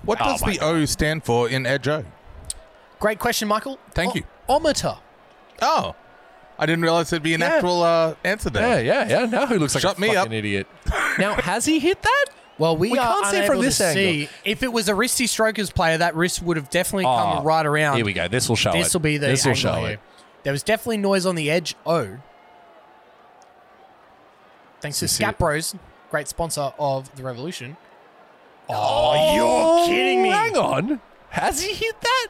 Speaker 6: What
Speaker 1: Oh
Speaker 6: does
Speaker 1: my
Speaker 6: the O stand for in Edjo?
Speaker 5: Great question, Michael.
Speaker 6: Thank you.
Speaker 5: Ometer.
Speaker 6: Oh, I didn't realize there'd be an
Speaker 1: Yeah.
Speaker 6: actual uh, answer there.
Speaker 1: Yeah, yeah, yeah. Now who looks like
Speaker 6: Shut
Speaker 1: a
Speaker 6: me
Speaker 1: fucking
Speaker 6: up.
Speaker 1: idiot? Now has he hit that?
Speaker 5: Well, we,
Speaker 1: We
Speaker 5: are
Speaker 1: can't see
Speaker 5: unable
Speaker 1: from this
Speaker 5: to
Speaker 1: angle.
Speaker 5: see. If it was a wristy strokers player, that wrist would have definitely
Speaker 1: Oh,
Speaker 5: come right around.
Speaker 1: Here we go. This will show it.
Speaker 5: This will be the
Speaker 1: This will
Speaker 5: angle
Speaker 1: show
Speaker 5: here.
Speaker 1: it.
Speaker 5: There was definitely noise on the edge. Oh, thanks to
Speaker 1: This is it.
Speaker 5: Scapros, great sponsor of the Revolution.
Speaker 1: Oh,
Speaker 5: you're kidding me.
Speaker 1: Hang on. Has he hit that?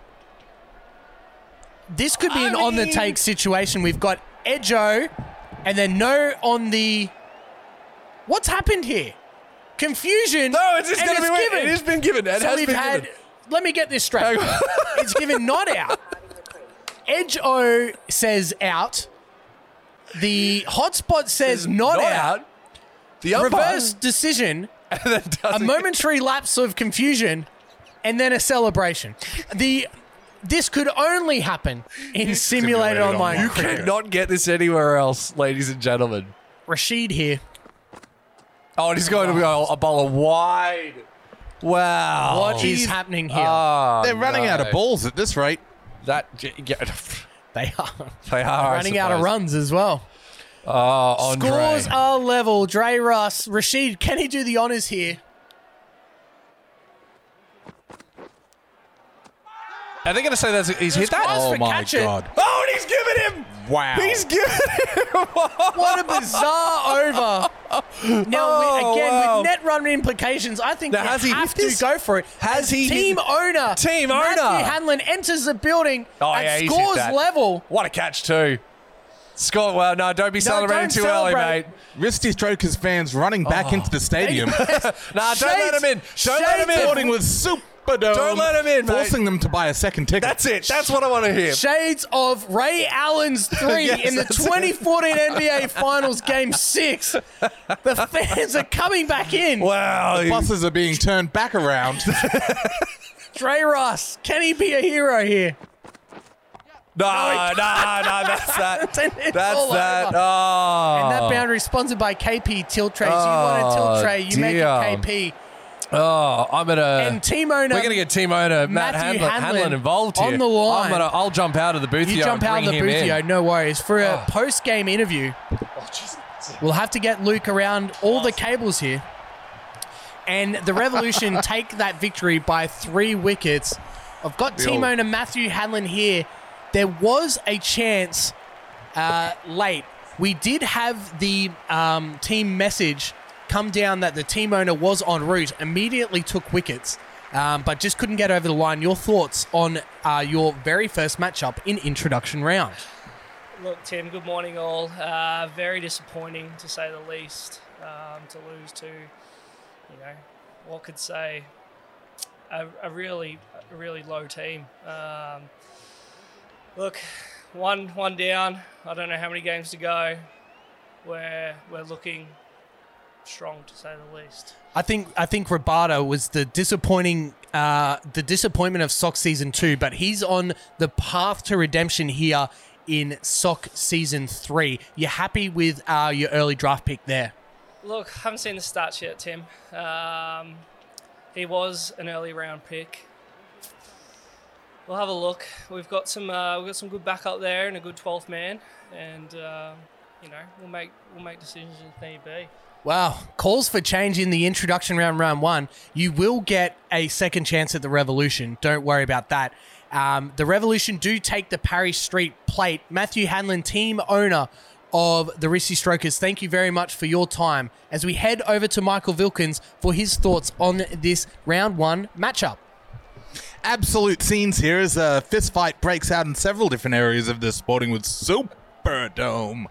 Speaker 5: This could be
Speaker 1: I
Speaker 5: an on the
Speaker 1: mean-
Speaker 5: take situation. We've got Edjo and then no on the. What's happened here? Confusion.
Speaker 1: No, it's just
Speaker 5: and
Speaker 1: going to be
Speaker 5: given.
Speaker 1: It has been given. It
Speaker 5: so
Speaker 1: has
Speaker 5: we've
Speaker 1: been
Speaker 5: had.
Speaker 1: given.
Speaker 5: Let me get this straight.
Speaker 1: Hang on.
Speaker 5: it's given not out. Edge O says out. The hotspot says not, out.
Speaker 1: The umpire-
Speaker 5: Reverse decision.
Speaker 1: and then doesn't
Speaker 5: a
Speaker 1: get-
Speaker 5: momentary lapse of confusion and then a celebration. The this could only happen in simulated, online.
Speaker 1: You
Speaker 5: cricket.
Speaker 1: cannot get this anywhere else, ladies and gentlemen.
Speaker 5: Rashid here.
Speaker 1: Oh, and he's going to go a bowler wide. Wow.
Speaker 5: What is happening here?
Speaker 1: Oh,
Speaker 6: They're running
Speaker 1: no.
Speaker 6: out of balls at this rate.
Speaker 1: That yeah,
Speaker 5: they are
Speaker 1: they are
Speaker 5: running out of
Speaker 1: runs.
Speaker 5: runs as well.
Speaker 1: Oh, Andre.
Speaker 5: Scores are level. Dre Russ, Rashid, can he do the honors here?
Speaker 1: Are they going to say that's he's hit that?
Speaker 5: Scores
Speaker 6: Oh
Speaker 5: for
Speaker 6: my
Speaker 5: catch it.
Speaker 6: God.
Speaker 1: Oh, and he's given him.
Speaker 6: Wow.
Speaker 1: He's given him.
Speaker 5: What a bizarre over. Now,
Speaker 1: Oh,
Speaker 5: we, again,
Speaker 1: wow.
Speaker 5: with net run implications, I think
Speaker 1: Now,
Speaker 5: you
Speaker 1: has
Speaker 5: have
Speaker 1: he hit
Speaker 5: to
Speaker 1: this?
Speaker 5: go for it.
Speaker 1: Has he hit-
Speaker 5: Team owner.
Speaker 1: Team
Speaker 5: Matthew
Speaker 1: owner.
Speaker 5: Hanlon enters the building
Speaker 1: Oh,
Speaker 5: at
Speaker 1: yeah, he's hit
Speaker 5: scores
Speaker 1: that.
Speaker 5: level.
Speaker 1: What a catch too. Scott, well, no, don't be celebrating
Speaker 5: don't
Speaker 1: too early,
Speaker 5: celebrate.
Speaker 1: mate.
Speaker 6: Risty Strokers fans running back
Speaker 1: Oh.
Speaker 6: into the stadium.
Speaker 1: Nah, don't let him in. Don't let him in.
Speaker 6: Sporting with Superdome.
Speaker 1: Don't let him in, mate.
Speaker 6: Forcing them to buy a second ticket.
Speaker 1: That's it. That's what I want to hear.
Speaker 5: Shades of Ray Allen's three
Speaker 1: Yes,
Speaker 5: in the
Speaker 1: that's
Speaker 5: 2014 NBA Finals Game Six. The fans are coming back in.
Speaker 1: Wow. you-
Speaker 6: Buses are being turned back around.
Speaker 5: Dre Ross, can he be a hero here?
Speaker 1: No, no, no, that's that.
Speaker 5: Then it's
Speaker 1: That's
Speaker 5: all
Speaker 1: that.
Speaker 5: over.
Speaker 1: Oh.
Speaker 5: And that boundary is sponsored by KP Tilt Trays.
Speaker 1: Oh,
Speaker 5: you want a tilt tray, you make
Speaker 1: dear.
Speaker 5: it KP.
Speaker 1: Oh, I'm gonna.
Speaker 5: And team owner-
Speaker 1: We're gonna get team owner Matt
Speaker 5: Matthew
Speaker 1: Hanlon,
Speaker 5: Hanlon
Speaker 1: Hanlon involved here.
Speaker 5: on the line.
Speaker 1: I'm gonna. I'll jump out of the booth.
Speaker 5: You
Speaker 1: here
Speaker 5: jump
Speaker 1: and
Speaker 5: out of the
Speaker 1: bring him
Speaker 5: booth,
Speaker 1: in. Oh.
Speaker 5: yo, no worries. For a post game interview, we'll have to get Luke around all the cables here. And the Revolution take that victory by three wickets. I've got team owner Matthew Hanlon here. There was a chance uh, late. We did have the um, team message come down that the team owner was en route, immediately took wickets, um, but just couldn't get over the line. Your thoughts on uh, your very first matchup in introduction round?
Speaker 8: Look, Tim, good morning, all. Uh, very disappointing, to say the least, um, to lose to, you know, what could say a, a really, a really low team. Um, look, one, one down. I don't know how many games to go. We're we're looking strong, to say the least.
Speaker 5: I think I think Rabada was the disappointing uh, the disappointment of Sock season two, but he's on the path to redemption here in Sock season three. You happy with uh, your early draft pick there?
Speaker 8: Look, haven't seen the stats yet, Tim. Um, he was an early round pick. We'll have a look. We've got some uh, we've got some good backup there and a good twelfth man, and uh, you know we'll make we'll make decisions if need be.
Speaker 5: Wow, calls for change in the introduction round, round one. You will get a second chance at the Revolution. Don't worry about that. Um, the Revolution do take the Parry Street plate. Matthew Hanlon, team owner of the Rissi Strokers, thank you very much for your time as we head over to Michael Vilkins for his thoughts on this round one matchup.
Speaker 6: absolute scenes here as a fist fight breaks out in several different areas of the sporting with Superdome.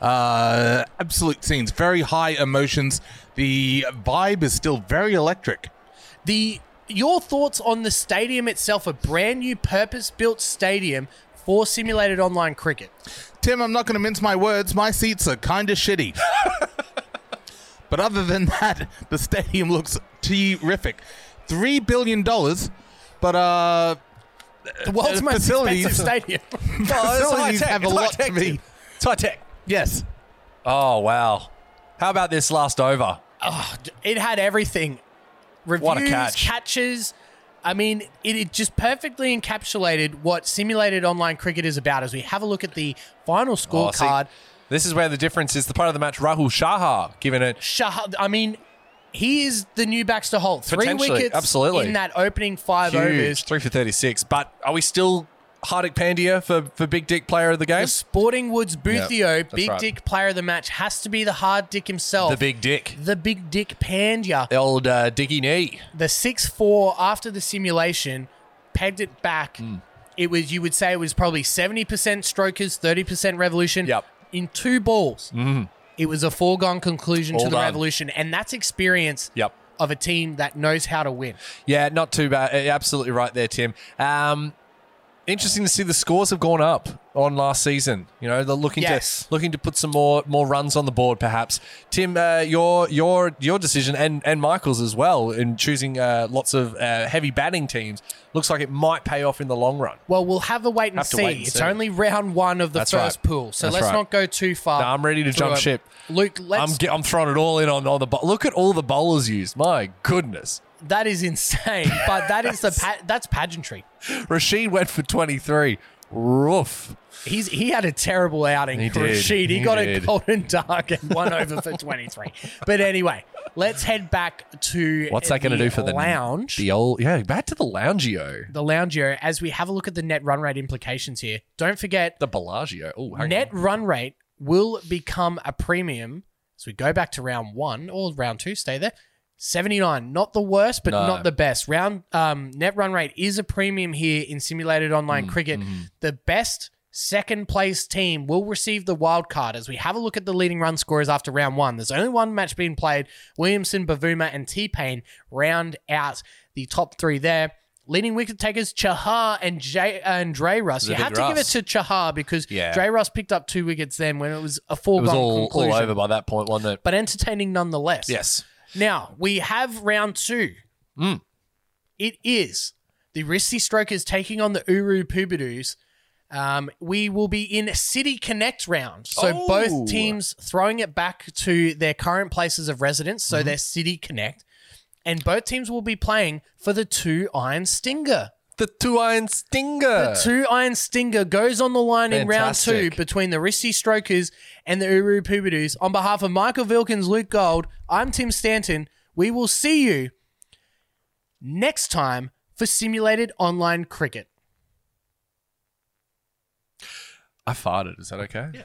Speaker 6: Uh, absolute scenes, very high emotions. The vibe is still very electric.
Speaker 5: The your thoughts on the stadium itself, a brand new purpose-built stadium for simulated online cricket.
Speaker 6: Tim, I'm not going to mince my words. My seats are kind of shitty. but other than that, the stadium looks terrific. Three billion dollars, but uh,
Speaker 5: The world's
Speaker 6: Uh,
Speaker 5: most
Speaker 6: facilities.
Speaker 5: expensive stadium.
Speaker 6: facilities
Speaker 1: high-tech,
Speaker 6: have a
Speaker 1: it's
Speaker 6: lot to
Speaker 1: high-tech,
Speaker 6: be.
Speaker 1: Tim. It's high tech.
Speaker 6: Yes,
Speaker 1: Oh wow! How about this last over?
Speaker 5: it had everything. Reviews,
Speaker 1: What a catch.
Speaker 5: catches. I mean, it, it just perfectly encapsulated what simulated online cricket is about. As we have a look at the final
Speaker 1: Oh, see,
Speaker 5: scorecard,
Speaker 1: this is where the difference is. The part of the match, Rahul Shaha giving it
Speaker 5: Shah, I mean, he is the new Baxter Holt. Three
Speaker 1: Potentially,
Speaker 5: wickets
Speaker 1: absolutely.
Speaker 5: in that opening five
Speaker 1: huge,
Speaker 5: overs.
Speaker 1: three for thirty-six. But are we still Hardik Pandya for for big dick player of the game?
Speaker 5: The Sporting Woods Boothio,
Speaker 1: that's
Speaker 5: big
Speaker 1: right.
Speaker 5: dick player of the match, has to be the hard dick himself.
Speaker 1: The big dick,
Speaker 5: the big dick Pandya.
Speaker 1: the old uh, Dicky knee.
Speaker 5: the six four after the simulation pegged it back.
Speaker 1: Hmm.
Speaker 5: It was you would say it was probably seventy percent strokers, thirty percent revolution.
Speaker 1: Yep. Mm-hmm.
Speaker 5: In two balls, it was a foregone conclusion
Speaker 1: All
Speaker 5: to the
Speaker 1: done.
Speaker 5: revolution, and that's experience
Speaker 1: Yep.
Speaker 5: of a team that knows how to win.
Speaker 1: Yeah, not too bad. Uh, Absolutely right there, Tim. Um, interesting to see the scores have gone up on last season. You know, they're looking
Speaker 5: Yes.
Speaker 1: to looking to put some more more runs on the board, perhaps. Tim, uh, your your your decision and and Michael's as well in choosing uh, lots of uh, heavy batting teams looks like it might pay off in the long run.
Speaker 5: Well, we'll have a wait and
Speaker 1: Have to
Speaker 5: see.
Speaker 1: wait and
Speaker 5: it's
Speaker 1: see.
Speaker 5: only round one of the
Speaker 1: That's
Speaker 5: first
Speaker 1: right.
Speaker 5: pool, so
Speaker 1: That's
Speaker 5: let's
Speaker 1: right.
Speaker 5: not go too far.
Speaker 1: No, I'm ready to
Speaker 5: through
Speaker 1: jump
Speaker 5: it.
Speaker 1: ship.
Speaker 5: Luke. Let's.
Speaker 1: I'm ge- I'm throwing it all in on, on the bo- look at all the bowlers used. My goodness,
Speaker 5: that is insane, but that is the pa- that's pageantry.
Speaker 1: Rashid went for 23. Roof.
Speaker 5: He's he had a terrible outing.
Speaker 1: He
Speaker 5: for
Speaker 1: did.
Speaker 5: Rashid. He,
Speaker 1: He
Speaker 5: got
Speaker 1: did.
Speaker 5: a golden duck and one over for twenty three. But anyway, let's head back to
Speaker 1: What's that going to
Speaker 5: the
Speaker 1: do for the
Speaker 5: lounge?
Speaker 1: The old yeah, back to the loungeo.
Speaker 5: The lounge area as we have a look at the net run rate implications here. Don't forget
Speaker 1: The Bellagio. Oh, hang
Speaker 5: net
Speaker 1: on.
Speaker 5: run rate will become a premium as we go back to round one or round two. Stay there. Seventy nine, not the worst, but
Speaker 1: No.
Speaker 5: not the best. Round um, net run rate is a premium here in simulated
Speaker 1: Mm,
Speaker 5: online cricket.
Speaker 1: mm-hmm.
Speaker 5: The best second place team will receive the wild card as we have a look at the leading run scorers after round one. There's only one match being played. Williamson, Bavuma, and T Pain round out the top three there. Leading wicket takers Chahar and Jay and Dre Russ. You
Speaker 1: Zavid
Speaker 5: have to give it
Speaker 1: Russ.
Speaker 5: to Chahar because
Speaker 1: Yeah.
Speaker 5: Dre Russ picked up two wickets then when it was a
Speaker 1: It was
Speaker 5: foregone
Speaker 1: all, all
Speaker 5: conclusion.
Speaker 1: over by that point, wasn't it?
Speaker 5: but entertaining nonetheless.
Speaker 1: Yes.
Speaker 5: Now we have round two.
Speaker 1: Mm.
Speaker 5: It is the Risty Strokers taking on the Uru Poobadoos. Um, we will be in City Connect round. So
Speaker 1: Oh.
Speaker 5: both teams throwing it back to their current places of residence, so
Speaker 1: Mm-hmm.
Speaker 5: their City Connect. And both teams will be playing for the two iron stinger.
Speaker 1: The two iron stinger.
Speaker 5: The two iron stinger goes on the line in round
Speaker 1: Fantastic.
Speaker 5: two between the Risty Strokers and the Uru Poobadoos. On behalf of Michael Vilkins, Luke Gold, I'm Tim Stanton. We will see you next time for simulated online cricket.
Speaker 1: I farted. Is that okay? Yeah.